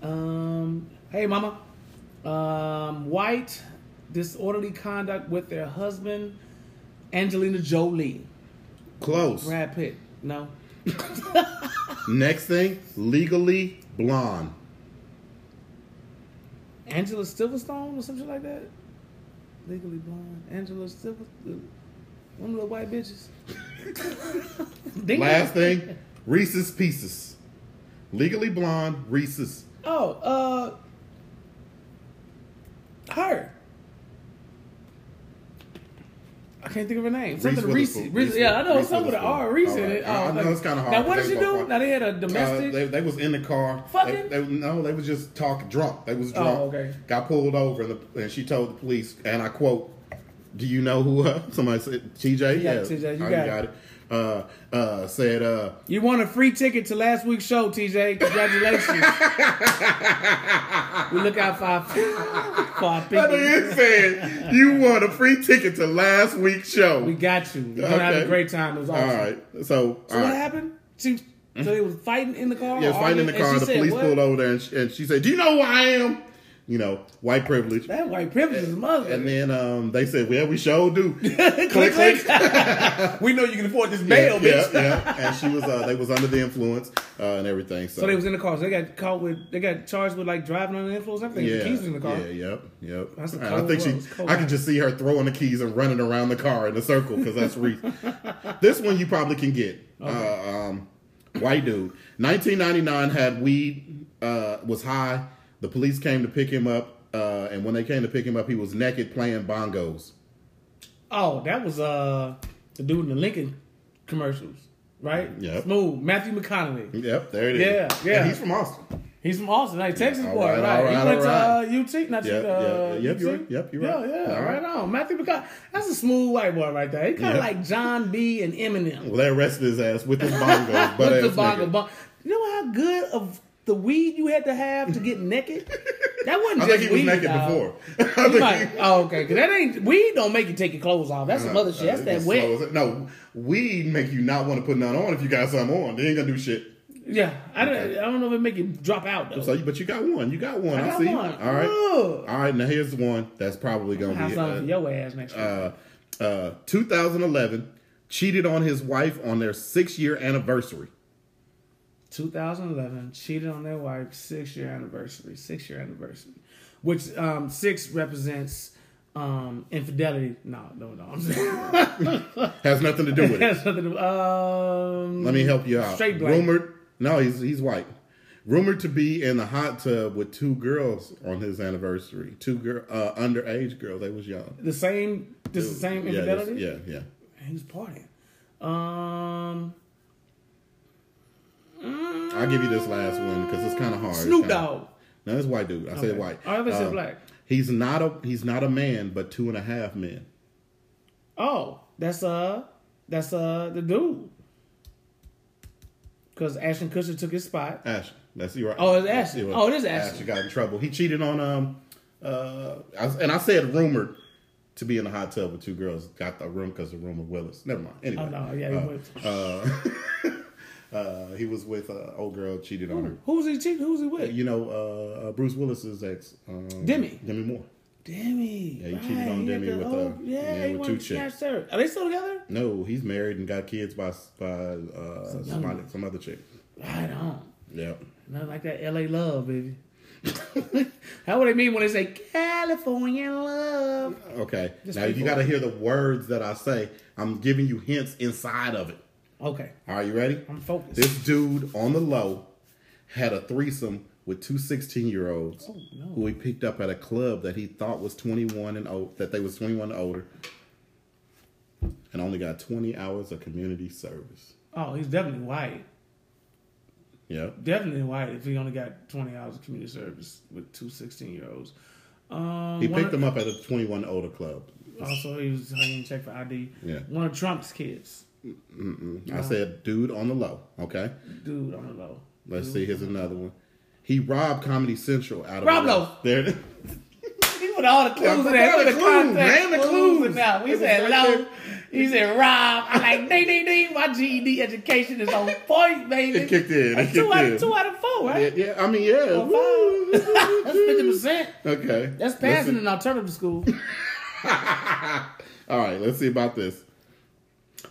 Speaker 2: Um, um, hey mama. Um, white disorderly conduct with their husband, Angelina Jolie,
Speaker 1: Close.
Speaker 2: Brad Pitt. No,
Speaker 1: Next thing, Legally Blonde.
Speaker 2: Angela Silverstone or something like that. Legally blonde, Angela Silverstone. One of the white bitches. Ding
Speaker 1: Last
Speaker 2: dong.
Speaker 1: thing, Reese's Pieces. Legally Blonde, Reese's.
Speaker 2: Oh, uh, her. I can't think of her name. Something
Speaker 1: Reese
Speaker 2: Reese.
Speaker 1: Witherspoon.
Speaker 2: Reese-
Speaker 1: Reese
Speaker 2: yeah, I know
Speaker 1: Witherspoon.
Speaker 2: something with an
Speaker 1: Reese
Speaker 2: R.
Speaker 1: Witherspoon.
Speaker 2: Reese in it.
Speaker 1: All right.
Speaker 2: Oh,
Speaker 1: I know it's kinda hard
Speaker 2: Now
Speaker 1: to
Speaker 2: what did she
Speaker 1: think
Speaker 2: do?
Speaker 1: about one.
Speaker 2: Now they had a
Speaker 1: Uh,
Speaker 2: domestic.
Speaker 1: they, they was in the car.
Speaker 2: Fucking?
Speaker 1: They, they- no, they was just talking drunk. They was
Speaker 2: Oh,
Speaker 1: drunk.
Speaker 2: okay.
Speaker 1: Got pulled over, and, the, and she told the police, and I quote, "Do you know who?" Uh, somebody said, "TJ."
Speaker 2: Yeah, TJ, you
Speaker 1: Oh,
Speaker 2: got
Speaker 1: it. Uh, uh, said, uh,
Speaker 2: you won a free ticket to last week's show, TJ. Congratulations. we look out for our, for our
Speaker 1: "That
Speaker 2: people.
Speaker 1: nigga said you won a free ticket to last week's show."
Speaker 2: We got you. You're gonna have
Speaker 1: Okay.
Speaker 2: a great time. It was awesome.
Speaker 1: All right, so,
Speaker 2: So
Speaker 1: all
Speaker 2: what
Speaker 1: right.
Speaker 2: happened? She, so they was fighting in the car.
Speaker 1: Yeah, fighting in the
Speaker 2: arguing,
Speaker 1: car.
Speaker 2: and she
Speaker 1: The
Speaker 2: said,
Speaker 1: police
Speaker 2: what?
Speaker 1: pulled over there, and she, and she said, "Do you know who I am?" You know, white privilege.
Speaker 2: That white privilege is mother.
Speaker 1: And then um, they said, "Well, we sure do." click,
Speaker 2: Click, click.
Speaker 4: We know you can afford this bail,
Speaker 1: yeah,
Speaker 4: bitch.
Speaker 1: Yeah, yeah. And she was, uh, they was under the influence uh, and everything. So,
Speaker 2: So they was in the car. So they got caught with, they got charged with like driving under the influence. Everything.
Speaker 1: yeah,
Speaker 2: the keys was in the car.
Speaker 1: Yeah, yep, yep.
Speaker 2: That's a
Speaker 1: And I
Speaker 2: cold
Speaker 1: think
Speaker 2: world. It's
Speaker 1: she,
Speaker 2: cold
Speaker 1: I can
Speaker 2: out.
Speaker 1: just see her throwing the keys and running around the car in a circle because that's Reese. this one you probably can get. Uh, um, white dude, 1999 had weed, uh, was high. The police came to pick him up, uh, and when they came to pick him up, he was naked playing bongos.
Speaker 2: Oh, that was uh the dude in the Lincoln commercials, right?
Speaker 1: Yep.
Speaker 2: Smooth. Matthew McConaughey.
Speaker 1: Yep, there it is.
Speaker 2: Yeah, yeah.
Speaker 1: And he's from Austin.
Speaker 2: He's from Austin, like Texas
Speaker 1: all
Speaker 2: boy,
Speaker 1: right,
Speaker 2: right?
Speaker 1: all right,
Speaker 2: he went
Speaker 1: all
Speaker 2: to uh, UT, not
Speaker 1: Yeah,
Speaker 2: UT, uh,
Speaker 1: yeah, yep,
Speaker 2: UT.
Speaker 1: you're right, yep, you're right.
Speaker 2: Yeah, yeah,
Speaker 1: All right.
Speaker 2: right on. Matthew McConaughey. That's a smooth white boy right there. He kind of
Speaker 1: Yeah.
Speaker 2: like John B. and Eminem.
Speaker 1: Well, they arrested his ass with his bongos. butt
Speaker 2: with the
Speaker 1: ass
Speaker 2: bongo
Speaker 1: nigga.
Speaker 2: bon- You know how good of the weed you had to have to get naked? That wasn't
Speaker 1: I
Speaker 2: just
Speaker 1: think he was
Speaker 2: weed,
Speaker 1: naked
Speaker 2: dog.
Speaker 1: before. I
Speaker 2: You
Speaker 1: think
Speaker 2: might,
Speaker 1: he-
Speaker 2: oh, okay. 'cause that ain't weed. Don't make you take your clothes off. That's some other shit. That's
Speaker 1: Uh,
Speaker 2: that
Speaker 1: it
Speaker 2: wet.
Speaker 1: slows it- No, weed make you not want to put none on if you got some on. They ain't gonna do shit.
Speaker 2: Yeah, I don't.
Speaker 1: Okay.
Speaker 2: I don't know if it make you drop out though.
Speaker 1: So, you- but you got one. You got one.
Speaker 2: I
Speaker 1: I,
Speaker 2: got
Speaker 1: see.
Speaker 2: one.
Speaker 1: All right.
Speaker 2: Ugh.
Speaker 1: All right. Now here's one that's probably gonna
Speaker 2: Have
Speaker 1: be.
Speaker 2: something for
Speaker 1: uh,
Speaker 2: your ass next year.
Speaker 1: uh, uh, 2011 cheated on his wife on their six year anniversary.
Speaker 2: 2011 cheated on their wife. Six year anniversary. Six year anniversary, which um, six represents um, infidelity. No, no, no. I'm sorry.
Speaker 1: Has nothing to do with it.
Speaker 2: That's something. to- Um,
Speaker 1: Let me help you out.
Speaker 2: Straight blank.
Speaker 1: Rumored. No, he's he's white. Rumored to be in the hot tub with two girls on his anniversary. Two girl uh, underage girls. They was young.
Speaker 2: The same. This is the same
Speaker 1: Yeah, this-
Speaker 2: infidelity.
Speaker 1: Yeah, yeah.
Speaker 2: Man, He was partying. Um,
Speaker 1: I'll give you this last one because it's kind of hard.
Speaker 2: Snoop
Speaker 1: It's kinda-
Speaker 2: Dogg.
Speaker 1: No, it's white dude. I said
Speaker 2: Okay.
Speaker 1: white. Um,
Speaker 2: Oh, I thought you said black.
Speaker 1: He's not a he's not a man, but two and a half men.
Speaker 2: Oh, that's uh, that's uh, the dude. Because Ashton Kutcher took his spot.
Speaker 1: Ash, that's you right.
Speaker 2: Oh, it's Ashton.
Speaker 1: You right.
Speaker 2: Oh, it is Ashton.
Speaker 1: Ashton got in trouble. He cheated on um, uh, I was- and I said rumored to be in the hot tub with two girls. Got the room because of rumor Willis. Never mind. Anyway,
Speaker 2: Oh no, yeah, he
Speaker 1: Uh,
Speaker 2: was.
Speaker 1: uh, he was with uh, old girl, cheated on her.
Speaker 2: Who's he cheating? Who's he with?
Speaker 1: You know, uh, uh, Bruce Willis's ex, um,
Speaker 2: Demi.
Speaker 1: Demi Moore.
Speaker 2: Demi.
Speaker 1: Yeah, he cheated on
Speaker 2: he had
Speaker 1: Demi
Speaker 2: the
Speaker 1: with, uh,
Speaker 2: old-
Speaker 1: yeah,
Speaker 2: yeah, he
Speaker 1: with
Speaker 2: wanted
Speaker 1: two
Speaker 2: to
Speaker 1: chicks.
Speaker 2: snatch her. Are they still together?
Speaker 1: No, he's married and got kids by by uh,
Speaker 2: Some young
Speaker 1: somebody,
Speaker 2: one.
Speaker 1: some other chick.
Speaker 2: Right on.
Speaker 1: Yep.
Speaker 2: Nothing like that L.A. love, baby. How would they mean when they say California love?
Speaker 1: Okay.
Speaker 2: Just
Speaker 1: now
Speaker 2: people.
Speaker 1: you got to hear the words that I say. I'm giving you hints inside of it.
Speaker 2: Okay,
Speaker 1: All right, you ready?
Speaker 2: I'm focused.
Speaker 1: This dude on the low had a threesome with two 16 year olds
Speaker 2: Oh, no.
Speaker 1: who he picked up at a club that he thought was 21 and old, that they was 21 and older, and only got 20 hours of community service.
Speaker 2: Oh, he's definitely white.
Speaker 1: Yeah.
Speaker 2: Definitely white if he only got 20 hours of community service with two 16 year olds. Um,
Speaker 1: He
Speaker 2: one
Speaker 1: picked
Speaker 2: of-
Speaker 1: them up at a 21 older club.
Speaker 2: Also, he was hanging check for ID.
Speaker 1: Yeah.
Speaker 2: One of Trump's kids.
Speaker 1: I said, dude on the low. Okay.
Speaker 2: Dude, I don't know.
Speaker 1: Let's see. Here's another one. He robbed Comedy Central out of
Speaker 2: Rob
Speaker 1: a-
Speaker 2: Lowe.
Speaker 1: There.
Speaker 2: He put all the clues in there.
Speaker 1: all
Speaker 2: Put
Speaker 1: the
Speaker 2: the
Speaker 1: clues,
Speaker 2: context
Speaker 1: man, the
Speaker 2: clues
Speaker 1: clues.
Speaker 2: in there. We
Speaker 1: It was
Speaker 2: said
Speaker 1: right
Speaker 2: low.
Speaker 1: there.
Speaker 2: He said Rob. I'm like, ding, ding, ding. My GED education is on point, baby.
Speaker 1: It kicked in. It
Speaker 2: That's two,
Speaker 1: kicked
Speaker 2: out,
Speaker 1: in.
Speaker 2: of two out of four,
Speaker 1: Yeah,
Speaker 2: right?
Speaker 1: yeah, I mean, yeah.
Speaker 2: Or
Speaker 1: Woo.
Speaker 2: five. Oh, That's 50%.
Speaker 1: Okay.
Speaker 2: That's
Speaker 1: Let's
Speaker 2: passing
Speaker 1: see.
Speaker 2: in alternative school.
Speaker 1: All right, let's see about this.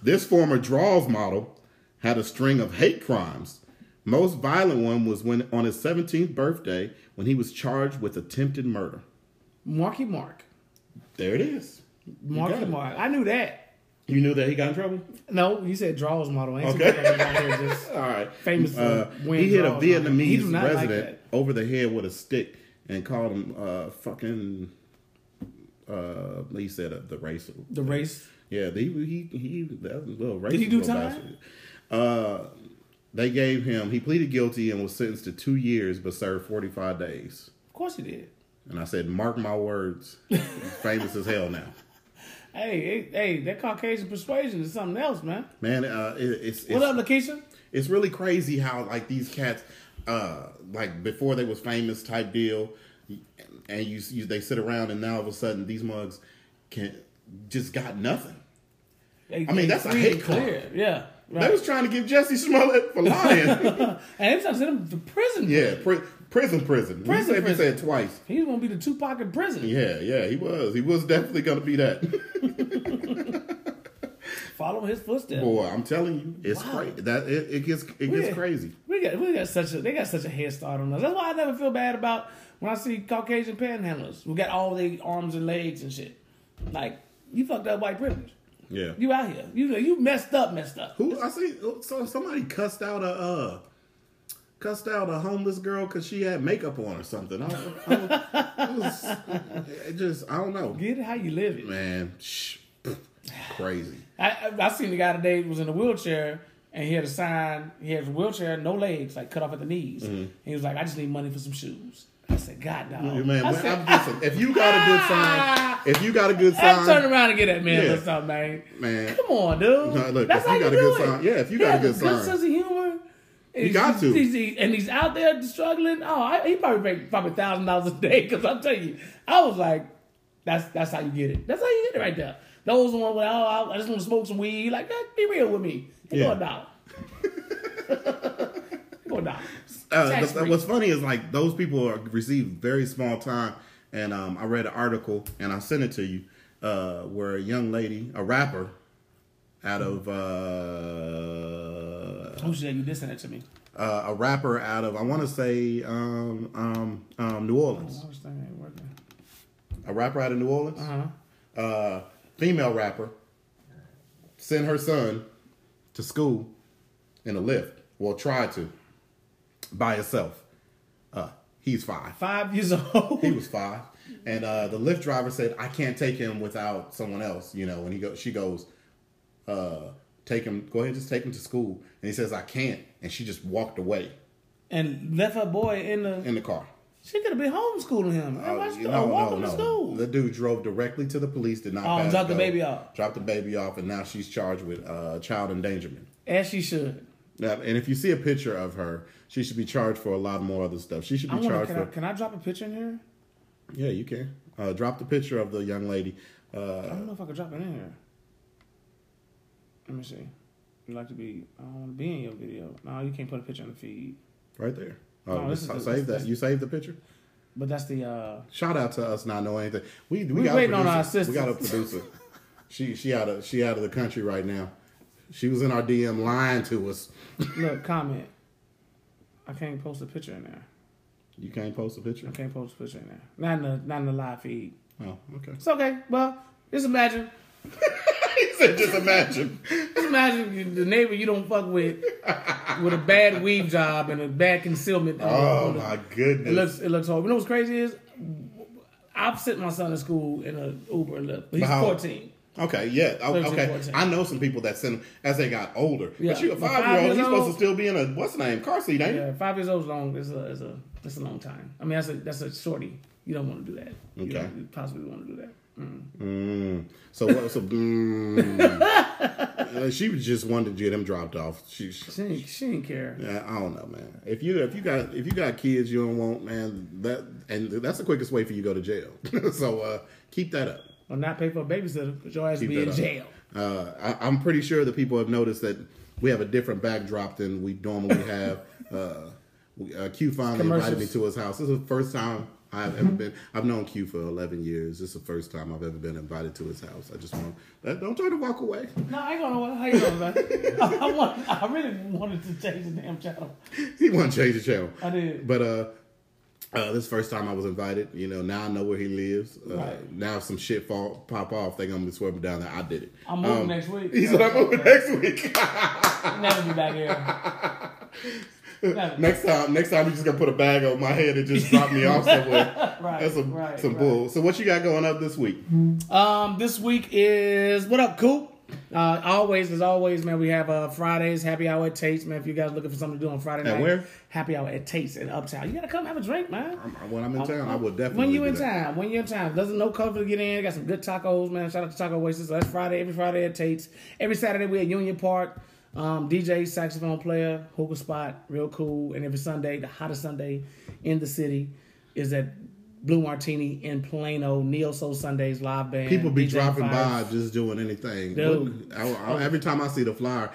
Speaker 1: This former draws model had a string of hate crimes. Most violent one was when on his 17th birthday when he was charged with attempted murder.
Speaker 2: Marky Mark.
Speaker 1: There it is. got
Speaker 2: Marky
Speaker 1: it.
Speaker 2: Mark. I knew that.
Speaker 1: You knew that he got in trouble?
Speaker 2: No, you said draws model. Ain't
Speaker 1: Okay.
Speaker 2: okay. Right here just
Speaker 1: All right.
Speaker 2: famous for
Speaker 1: Uh,
Speaker 2: wearing
Speaker 1: he hit a
Speaker 2: drawers on. He do
Speaker 1: Vietnamese
Speaker 2: not like
Speaker 1: resident
Speaker 2: that.
Speaker 1: over the head with a stick and called him uh, fucking. Uh, he said uh, the race.
Speaker 2: the race.
Speaker 1: Yeah, they, he he that was a little racist.
Speaker 2: he do
Speaker 1: little
Speaker 2: time?
Speaker 1: bastard. Uh, they gave him. He pleaded guilty and was sentenced to two years, but served forty five days.
Speaker 2: Of course he did.
Speaker 1: And I said, mark my words, he's famous as hell now.
Speaker 2: Hey, hey, hey, that Caucasian persuasion is something else, man.
Speaker 1: Man, uh, it, it's it's,
Speaker 2: What up, Lakeisha?
Speaker 1: it's really crazy how like these cats, uh, like before they was famous type deal, and you, you they sit around and now all of a sudden these mugs can just got nothing.
Speaker 2: They-
Speaker 1: I mean,
Speaker 2: they
Speaker 1: that's a
Speaker 2: free
Speaker 1: hate
Speaker 2: and
Speaker 1: crime.
Speaker 2: clear. Yeah. Right.
Speaker 1: They was trying to get Jesse Smollett for lying.
Speaker 2: and they trying to send him to prison.
Speaker 1: Yeah, pri- prison, prison.
Speaker 2: Prison,
Speaker 1: Prison,
Speaker 2: prison.
Speaker 1: said twice.
Speaker 2: He's gonna be the Tupac in prison.
Speaker 1: Yeah, yeah, he was. He was definitely gonna be that.
Speaker 2: Follow his footsteps.
Speaker 1: Boy, I'm telling you, it's
Speaker 2: Wow.
Speaker 1: crazy. That it, it gets it gets
Speaker 2: Yeah.
Speaker 1: crazy.
Speaker 2: We got we got such a they got such a head start on us. That's why I never feel bad about when I see Caucasian panhandlers. We got all their arms and legs and shit. Like you fucked up white privilege.
Speaker 1: Yeah.
Speaker 2: You out here. You you messed up, messed up.
Speaker 1: Who I see? oh, So somebody cussed out a uh, cussed out a homeless girl because she had makeup on or something. I, I, I was, it just I don't know,
Speaker 2: Get it how you live it.
Speaker 1: man. Shh, Pff, crazy.
Speaker 2: I, I I seen the guy today was in a wheelchair and he had a sign. He had a wheelchair, no legs, like cut off at the knees.
Speaker 1: Mm-hmm.
Speaker 2: And he was like, "I just need money for some shoes." I said, "God no,
Speaker 1: Man,
Speaker 2: I
Speaker 1: when-
Speaker 2: said,
Speaker 1: I'm- listen, if you got a good sign, if you got a good sign,
Speaker 2: I turn around and get that man
Speaker 1: Yeah.
Speaker 2: or something, man.
Speaker 1: Man.
Speaker 2: Come on, dude.
Speaker 1: No, look,
Speaker 2: That's
Speaker 1: if
Speaker 2: how
Speaker 1: you
Speaker 2: you
Speaker 1: got a
Speaker 2: do
Speaker 1: good
Speaker 2: it.
Speaker 1: sign- yeah, if you
Speaker 2: He
Speaker 1: got a
Speaker 2: has
Speaker 1: good sign.
Speaker 2: sense of humor. You
Speaker 1: got to.
Speaker 2: He's, he- and he's out there struggling. Oh, I, he probably paid probably thousand dollars a day because I'm telling you, I was like, that's that's how you get it. That's how you get it right there. Those one where oh, I, I just want to smoke some weed. Like, eh, be real with me. Come
Speaker 1: Yeah.
Speaker 2: on now. Come on now.
Speaker 1: uh,
Speaker 2: Tax
Speaker 1: the,
Speaker 2: free.
Speaker 1: what's funny is like those people are receive very small time. And um, I read an article and I sent it to you uh, where a young lady, a rapper,
Speaker 2: Hmm.
Speaker 1: out of uh,
Speaker 2: Oh shit, you dissing that to me.
Speaker 1: uh, a rapper out of I want to say um, um, um, New Orleans,
Speaker 2: I was thinking it ain't working.
Speaker 1: a rapper out of New Orleans,
Speaker 2: Uh-huh.
Speaker 1: uh, female rapper, sent her son to school in a lift. Well, tried to by himself. Uh, he's five.
Speaker 2: Five years old.
Speaker 1: He was five, and uh, the lift driver said, "I can't take him without someone else." You know, and he go, she goes, uh, "Take him, go ahead, just take him to school." And he says, "I can't," and she just walked away
Speaker 2: and left her boy in the
Speaker 1: in the car.
Speaker 2: She could have been homeschooling him.
Speaker 1: Uh,
Speaker 2: Everybody should
Speaker 1: no,
Speaker 2: walking
Speaker 1: no,
Speaker 2: to
Speaker 1: no.
Speaker 2: school.
Speaker 1: The dude drove directly to the police, did not.
Speaker 2: Oh, and
Speaker 1: pass
Speaker 2: dropped the
Speaker 1: go,
Speaker 2: baby off.
Speaker 1: Dropped the baby off, and now she's charged with uh, child endangerment.
Speaker 2: As she should.
Speaker 1: Now, and if you see a picture of her, she should be charged for a lot more other stuff. She should
Speaker 2: I
Speaker 1: be
Speaker 2: wanna,
Speaker 1: charged
Speaker 2: can,
Speaker 1: for.
Speaker 2: I, can I drop a picture in here?
Speaker 1: Yeah, you can. Uh, drop the picture of the young lady. Uh,
Speaker 2: I don't know if I can drop it in here. Let me see. You like to be? I don't want to be in your video. No, you can't put a picture on the feed.
Speaker 1: Right there. Oh,
Speaker 2: No, this
Speaker 1: just
Speaker 2: is-
Speaker 1: save that.
Speaker 2: this-
Speaker 1: you saved the picture.
Speaker 2: But that's the. uh
Speaker 1: Shout out to us not knowing anything. We we,
Speaker 2: We
Speaker 1: got
Speaker 2: waiting
Speaker 1: a
Speaker 2: on our
Speaker 1: producer. We got a
Speaker 2: assistance.
Speaker 1: producer. she she out of she out of the country right now. She was in our DM lying to us.
Speaker 2: Look, comment. I can't post a picture in there.
Speaker 1: You can't post a picture.
Speaker 2: I can't post a picture in there. Not in the not in the live feed.
Speaker 1: Oh, okay.
Speaker 2: It's okay. Well, just imagine.
Speaker 1: he said, just imagine.
Speaker 2: Just imagine you- the neighbor you don't fuck with with a bad weave job and a bad concealment. on the-
Speaker 1: Oh
Speaker 2: on the-
Speaker 1: my
Speaker 2: It looks
Speaker 1: goodness.
Speaker 2: it looks horrible. You know what's crazy is I've sent my son to school in a Uber and Lyft. He's
Speaker 1: But how-
Speaker 2: fourteen.
Speaker 1: Okay, yeah, o-
Speaker 2: 13,
Speaker 1: okay.
Speaker 2: 14.
Speaker 1: I know some people that sent them as they got older.
Speaker 2: Yeah.
Speaker 1: But you a
Speaker 2: But
Speaker 1: five
Speaker 2: five
Speaker 1: year old,
Speaker 2: years
Speaker 1: he's supposed
Speaker 2: old-
Speaker 1: to still be in a what's the name car seat, ain't
Speaker 2: Yeah,
Speaker 1: it?
Speaker 2: five years old is long. That's a that's a that's a long time. I mean, that's a that's a shorty. You don't want to do that. You
Speaker 1: Okay.
Speaker 2: don't possibly want to do that. Mm.
Speaker 1: So what? So mm, uh, she was just wanted to get him dropped off. She, she-
Speaker 2: She ain't, she ain't care.
Speaker 1: Yeah, I don't know, man. If you if you got if you got kids you don't want, man, that and that's the quickest way for you to go to jail. so uh, keep that up.
Speaker 2: Or not pay for a babysitter because your ass
Speaker 1: Keep
Speaker 2: be
Speaker 1: that
Speaker 2: in
Speaker 1: up.
Speaker 2: jail.
Speaker 1: Uh, I, I'm pretty sure that people have noticed that we have a different backdrop than we normally have. uh, we, uh, Q finally invited me
Speaker 2: Commercials.
Speaker 1: to his house. This is the first time I've ever been. I've known Q for 11 years. This is the first time I've ever been invited to his house. I just want that. Don't try to walk away.
Speaker 2: No, I ain't gonna. know How you doing, man? I, I, want, I really wanted to change the damn channel.
Speaker 1: he want to change the channel.
Speaker 2: I did.
Speaker 1: But uh, uh, this first time I was invited. You know, now I know where he lives. Uh,
Speaker 2: Right.
Speaker 1: Now if some shit fall pop off, they gonna be swerving down there. I did it.
Speaker 2: I'm moving next week.
Speaker 1: He said I'm moving next week.
Speaker 2: Never be back here. Never.
Speaker 1: next time, next time you just gonna put a bag on my head and just drop me off somewhere.
Speaker 2: Right,
Speaker 1: That's some
Speaker 2: right,
Speaker 1: some
Speaker 2: right.
Speaker 1: bull. So what you got going up this week?
Speaker 2: Um, this week is what up, Coop. Uh, always, as always, man, we have uh Fridays happy hour at Tate's, man. If you guys looking for something to do on Friday night,
Speaker 1: where?
Speaker 2: happy hour at Tate's in Uptown. You gotta come have a drink, man.
Speaker 1: When I'm in town, I will definitely.
Speaker 2: When you
Speaker 1: do
Speaker 2: in
Speaker 1: that.
Speaker 2: town, when you in town, doesn't no cover to get in. Got some good tacos, man. Shout out to Taco Oasis. So that's Friday, every Friday at Tate's. Every Saturday we at Union Park. Um, DJ, saxophone player, hookah spot, real cool. And every Sunday, the hottest Sunday in the city is at Blue Martini in Plano. Neo Soul Sundays live band.
Speaker 1: People be
Speaker 2: DJ
Speaker 1: dropping
Speaker 2: Fires.
Speaker 1: by just doing anything.
Speaker 2: Dude.
Speaker 1: Look, I, I, every time I see the flyer,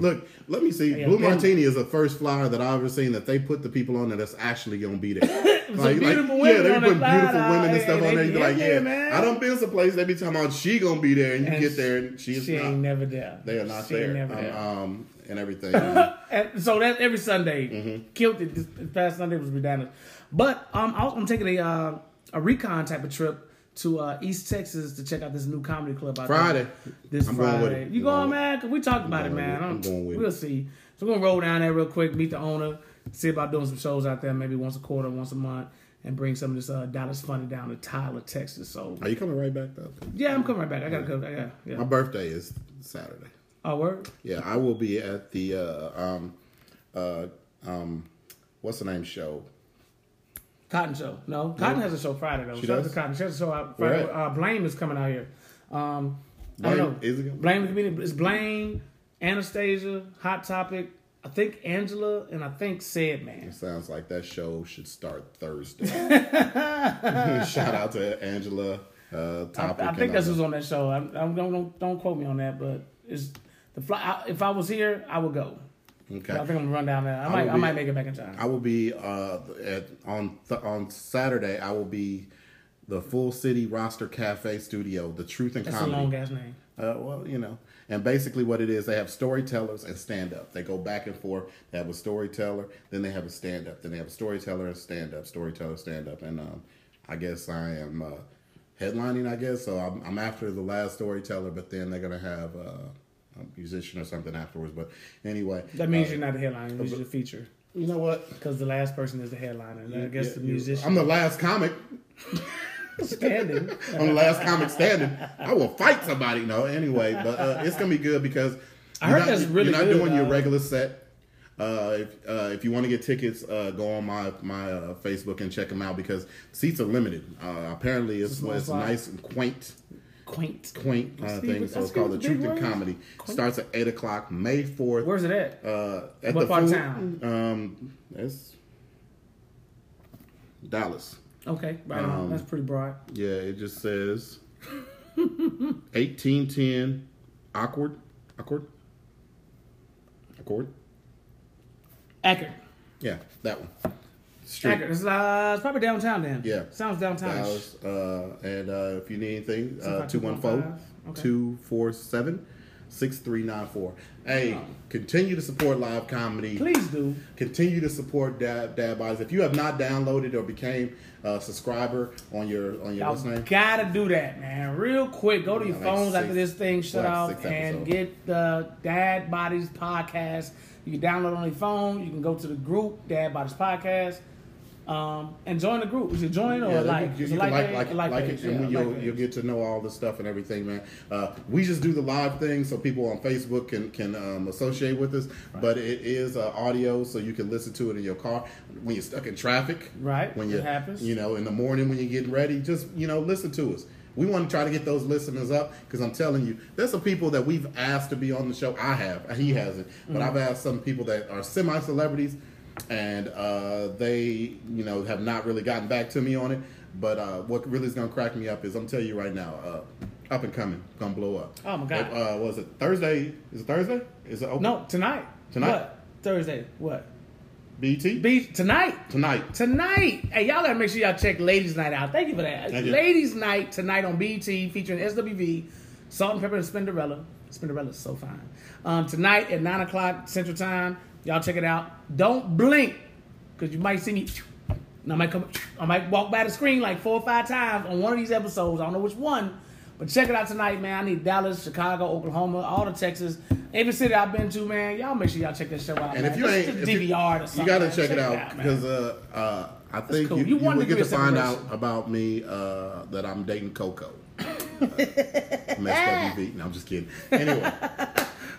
Speaker 1: look, let me see.
Speaker 2: Yeah,
Speaker 1: Blue
Speaker 2: Ben-
Speaker 1: Martini is the first flyer that I've ever seen that they put the people on there that's actually gonna be there.
Speaker 2: beautiful women
Speaker 1: yeah, they
Speaker 2: on
Speaker 1: put
Speaker 2: the flyer,
Speaker 1: beautiful women and
Speaker 2: dog.
Speaker 1: stuff
Speaker 2: Hey,
Speaker 1: on there.
Speaker 2: they
Speaker 1: You be
Speaker 2: be
Speaker 1: like,
Speaker 2: in
Speaker 1: yeah,
Speaker 2: there, man.
Speaker 1: I don't been someplace. They be talking about she gonna be there, and you
Speaker 2: And
Speaker 1: get there and she is
Speaker 2: she ain't
Speaker 1: not.
Speaker 2: never there.
Speaker 1: They are not
Speaker 2: She ain't
Speaker 1: there.
Speaker 2: never there.
Speaker 1: Um, um, and everything.
Speaker 2: And so that every Sunday
Speaker 1: Mm-hmm.
Speaker 2: killed it. This past Sunday was redundant, but um, I was- I'm taking a uh, a recon type of trip to uh, East Texas to check out this new comedy club out there.
Speaker 1: Friday.
Speaker 2: This
Speaker 1: I'm
Speaker 2: Friday,
Speaker 1: going with it.
Speaker 2: you
Speaker 1: I'm going
Speaker 2: going,
Speaker 1: with
Speaker 2: man? 'Cause we talked about it,
Speaker 1: going
Speaker 2: man.
Speaker 1: with it.
Speaker 2: I'm-
Speaker 1: I'm going with
Speaker 2: we'll
Speaker 1: it.
Speaker 2: see. So we're gonna roll down there real quick, meet the owner, see about doing some shows out there, maybe once a quarter, once a month, and bring some of this uh, Dallas funny down to Tyler, Texas. So
Speaker 1: Are you coming right back though?
Speaker 2: yeah, I'm coming right back. I gotta go. I gotta,
Speaker 1: My
Speaker 2: yeah.
Speaker 1: birthday is Saturday.
Speaker 2: Oh, word.
Speaker 1: Yeah, I will be at the uh, um, uh, um, what's the name show?
Speaker 2: Cotton Show. No, Cotton has a show Friday though.
Speaker 1: She
Speaker 2: Shout out
Speaker 1: does?
Speaker 2: to Cotton. She has a show out
Speaker 1: Where
Speaker 2: Friday.
Speaker 1: at?
Speaker 2: Uh, Blame is coming out here. Um, I
Speaker 1: Blame-
Speaker 2: don't know.
Speaker 1: is it-
Speaker 2: Blame the comedian. It's Blame, Anastasia, Hot Topic. I think Angela and I think Said Man.
Speaker 1: Sounds like that show should start Thursday. Shout out to Angela. Uh,
Speaker 2: I,
Speaker 1: topic
Speaker 2: I
Speaker 1: and
Speaker 2: think that's
Speaker 1: all
Speaker 2: who's
Speaker 1: that.
Speaker 2: on that show. I'm, I'm don't, don't don't quote me on that, but it's the fly. I, if I was here, I would go.
Speaker 1: okay.
Speaker 2: I think I'm gonna run down there. I, might
Speaker 1: will
Speaker 2: I
Speaker 1: be-
Speaker 2: might make it back in time.
Speaker 1: I will be uh, at, on th- on Saturday. I will be the Full City Roster Cafe Studio, the Truth and
Speaker 2: that's
Speaker 1: Comedy.
Speaker 2: a long ass name.
Speaker 1: Uh, well, you know, and basically what it is, they have storytellers and stand up. They go back and forth. They have a storyteller, then they have a stand up, then they have a storyteller and stand up, storyteller, stand up. And um, I guess I am uh, headlining, I guess. So I'm, I'm after the last storyteller, but then they're going to have uh, a musician or something afterwards. But anyway,
Speaker 2: That means
Speaker 1: uh,
Speaker 2: you're not the headliner. You're just a feature
Speaker 1: you know what?
Speaker 2: because the last person is the headliner. And I guess
Speaker 1: Yeah,
Speaker 2: the
Speaker 1: you-
Speaker 2: musician
Speaker 1: I'm the last comic.
Speaker 2: standing.
Speaker 1: I'm the last comic standing. I will fight somebody. No, anyway, but uh, it's gonna be good because
Speaker 2: I
Speaker 1: you're
Speaker 2: heard
Speaker 1: not,
Speaker 2: that's
Speaker 1: you're
Speaker 2: really
Speaker 1: not
Speaker 2: good,
Speaker 1: doing your
Speaker 2: uh,
Speaker 1: regular set. Uh, if uh, if you want to get tickets, uh, go on my my uh, Facebook and check them out because seats are limited. Uh, apparently, it's,
Speaker 2: a small
Speaker 1: it's
Speaker 2: spot.
Speaker 1: nice and quaint
Speaker 2: Quaint.
Speaker 1: quaint kind of
Speaker 2: See,
Speaker 1: thing.
Speaker 2: but
Speaker 1: So
Speaker 2: I
Speaker 1: it's
Speaker 2: see
Speaker 1: called the
Speaker 2: with the
Speaker 1: Truth
Speaker 2: big
Speaker 1: and
Speaker 2: words.
Speaker 1: Comedy.
Speaker 2: Quaint.
Speaker 1: Starts at eight o'clock, May fourth.
Speaker 2: Where's it at?
Speaker 1: Uh, at
Speaker 2: What
Speaker 1: the
Speaker 2: part of
Speaker 1: food,
Speaker 2: town?
Speaker 1: Um, it's Dallas.
Speaker 2: Okay, right
Speaker 1: Um,
Speaker 2: on. That's pretty broad.
Speaker 1: Yeah, it just says eighteen ten, awkward, awkward, awkward.
Speaker 2: Accurate.
Speaker 1: Yeah, that one. Street.
Speaker 2: Accurate. It's, uh, it's probably downtown then.
Speaker 1: Yeah.
Speaker 2: Sounds downtown.
Speaker 1: Dollars, Uh, and uh, if you need anything, uh,
Speaker 2: 215.
Speaker 1: 214-247-6394. Hey,
Speaker 2: Wow.
Speaker 1: continue to support live comedy.
Speaker 2: Please do.
Speaker 1: Continue to support Dab Dab Bodies. If you have not downloaded or became a subscriber on your on your
Speaker 2: Y'all
Speaker 1: what's name,
Speaker 2: gotta do that, man. Real quick, go to your
Speaker 1: Like
Speaker 2: phones
Speaker 1: six-
Speaker 2: after this thing shut
Speaker 1: like
Speaker 2: off
Speaker 1: six
Speaker 2: and
Speaker 1: episodes.
Speaker 2: get the Dad Bodies podcast. You can download on your phone. You can go to the group Dad Bodies podcast. Um, and join the group. Is it join or
Speaker 1: Yeah,
Speaker 2: like?
Speaker 1: you,
Speaker 2: Is
Speaker 1: you can
Speaker 2: it
Speaker 1: like,
Speaker 2: page?
Speaker 1: like,
Speaker 2: A
Speaker 1: like,
Speaker 2: page,
Speaker 1: it, and
Speaker 2: yeah,
Speaker 1: we-
Speaker 2: like
Speaker 1: you'll,
Speaker 2: page.
Speaker 1: you'll get to know all the stuff and everything, man. Uh, we just do the live thing so people on Facebook can can um, associate with us, but it is uh, audio, so you can listen to it in your car when you're stuck in traffic.
Speaker 2: Right,
Speaker 1: when
Speaker 2: it
Speaker 1: you
Speaker 2: happens.
Speaker 1: You know, in the morning when you're getting ready, just you know, listen to us. We want to try to get those listeners up because I'm telling you, there's some people that we've asked to be on the show. I have, he hasn't, but
Speaker 2: Mm.
Speaker 1: I've asked some people that are semi celebrities and uh, they, you know, have not really gotten back to me on it. But uh, what really is gonna crack me up is I'm telling you right now, uh, up and coming, gonna blow up.
Speaker 2: Oh, my God.
Speaker 1: Uh, was it Thursday? Is it Thursday? Is it open?
Speaker 2: No, tonight.
Speaker 1: Tonight?
Speaker 2: What? Thursday. What?
Speaker 1: BT
Speaker 2: Be tonight.
Speaker 1: E tonight.
Speaker 2: Tonight. Hey, y'all gotta make sure y'all check Ladies Night out. Thank you for that.
Speaker 1: Thank you.
Speaker 2: Ladies Night tonight on BT featuring SWV, Salt and Pepper and Spinderella. Spinderella's so fine. Um, tonight at 9 o'clock Central Time. Y'all check it out. Don't blink, because you might see me. And I might come I might walk by the screen like four or five times on one of these episodes. I don't know which one. But check it out tonight, man. I need Dallas, Chicago, Oklahoma, all the Texas. Every city I've been to, man, y'all make sure y'all check this show out.
Speaker 1: And
Speaker 2: man.
Speaker 1: if you
Speaker 2: Just-
Speaker 1: ain't
Speaker 2: just
Speaker 1: if you-
Speaker 2: DVR it or
Speaker 1: you
Speaker 2: something,
Speaker 1: gotta
Speaker 2: man.
Speaker 1: check, it out
Speaker 2: man.
Speaker 1: because uh, uh, I think
Speaker 2: cool.
Speaker 1: you, you,
Speaker 2: You wanted
Speaker 1: will
Speaker 2: to
Speaker 1: get
Speaker 2: give
Speaker 1: to
Speaker 2: yourself
Speaker 1: find
Speaker 2: a
Speaker 1: out
Speaker 2: rest.
Speaker 1: about me uh, that I'm dating Coco. Uh, messed up, you beat. No, I'm just kidding. Anyway,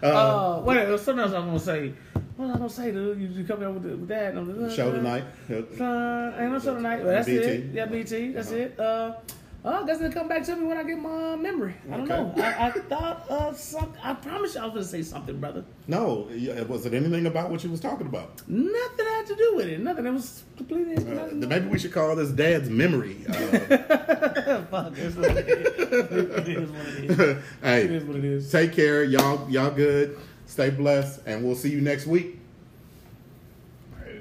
Speaker 2: Uh, wait, there was something else I'm gonna say. What was I gonna say, dude? You, you come up with, the, with that? And I'm like,
Speaker 1: show tonight.
Speaker 2: Uh, ain't no show tonight. Well, that's
Speaker 1: BT.
Speaker 2: it. Yeah, BT. That's
Speaker 1: Uh-huh.
Speaker 2: it. Uh, oh, I guess it'll come back to me when I get my memory. I don't
Speaker 1: Okay.
Speaker 2: know. I, I thought of something. I promise you I was gonna say something, brother.
Speaker 1: No, y- was it anything about what you was talking about?
Speaker 2: Nothing had to do with it. Nothing. It was completely.
Speaker 1: Uh,
Speaker 2: nothing.
Speaker 1: then maybe we should call this Dad's memory. Uh,
Speaker 2: Fuck. It's what it is. it is what it is. It is
Speaker 1: hey,
Speaker 2: what it is.
Speaker 1: take care, y'all. Y'all good. Stay blessed, and we'll see you next week.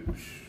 Speaker 4: Oosh.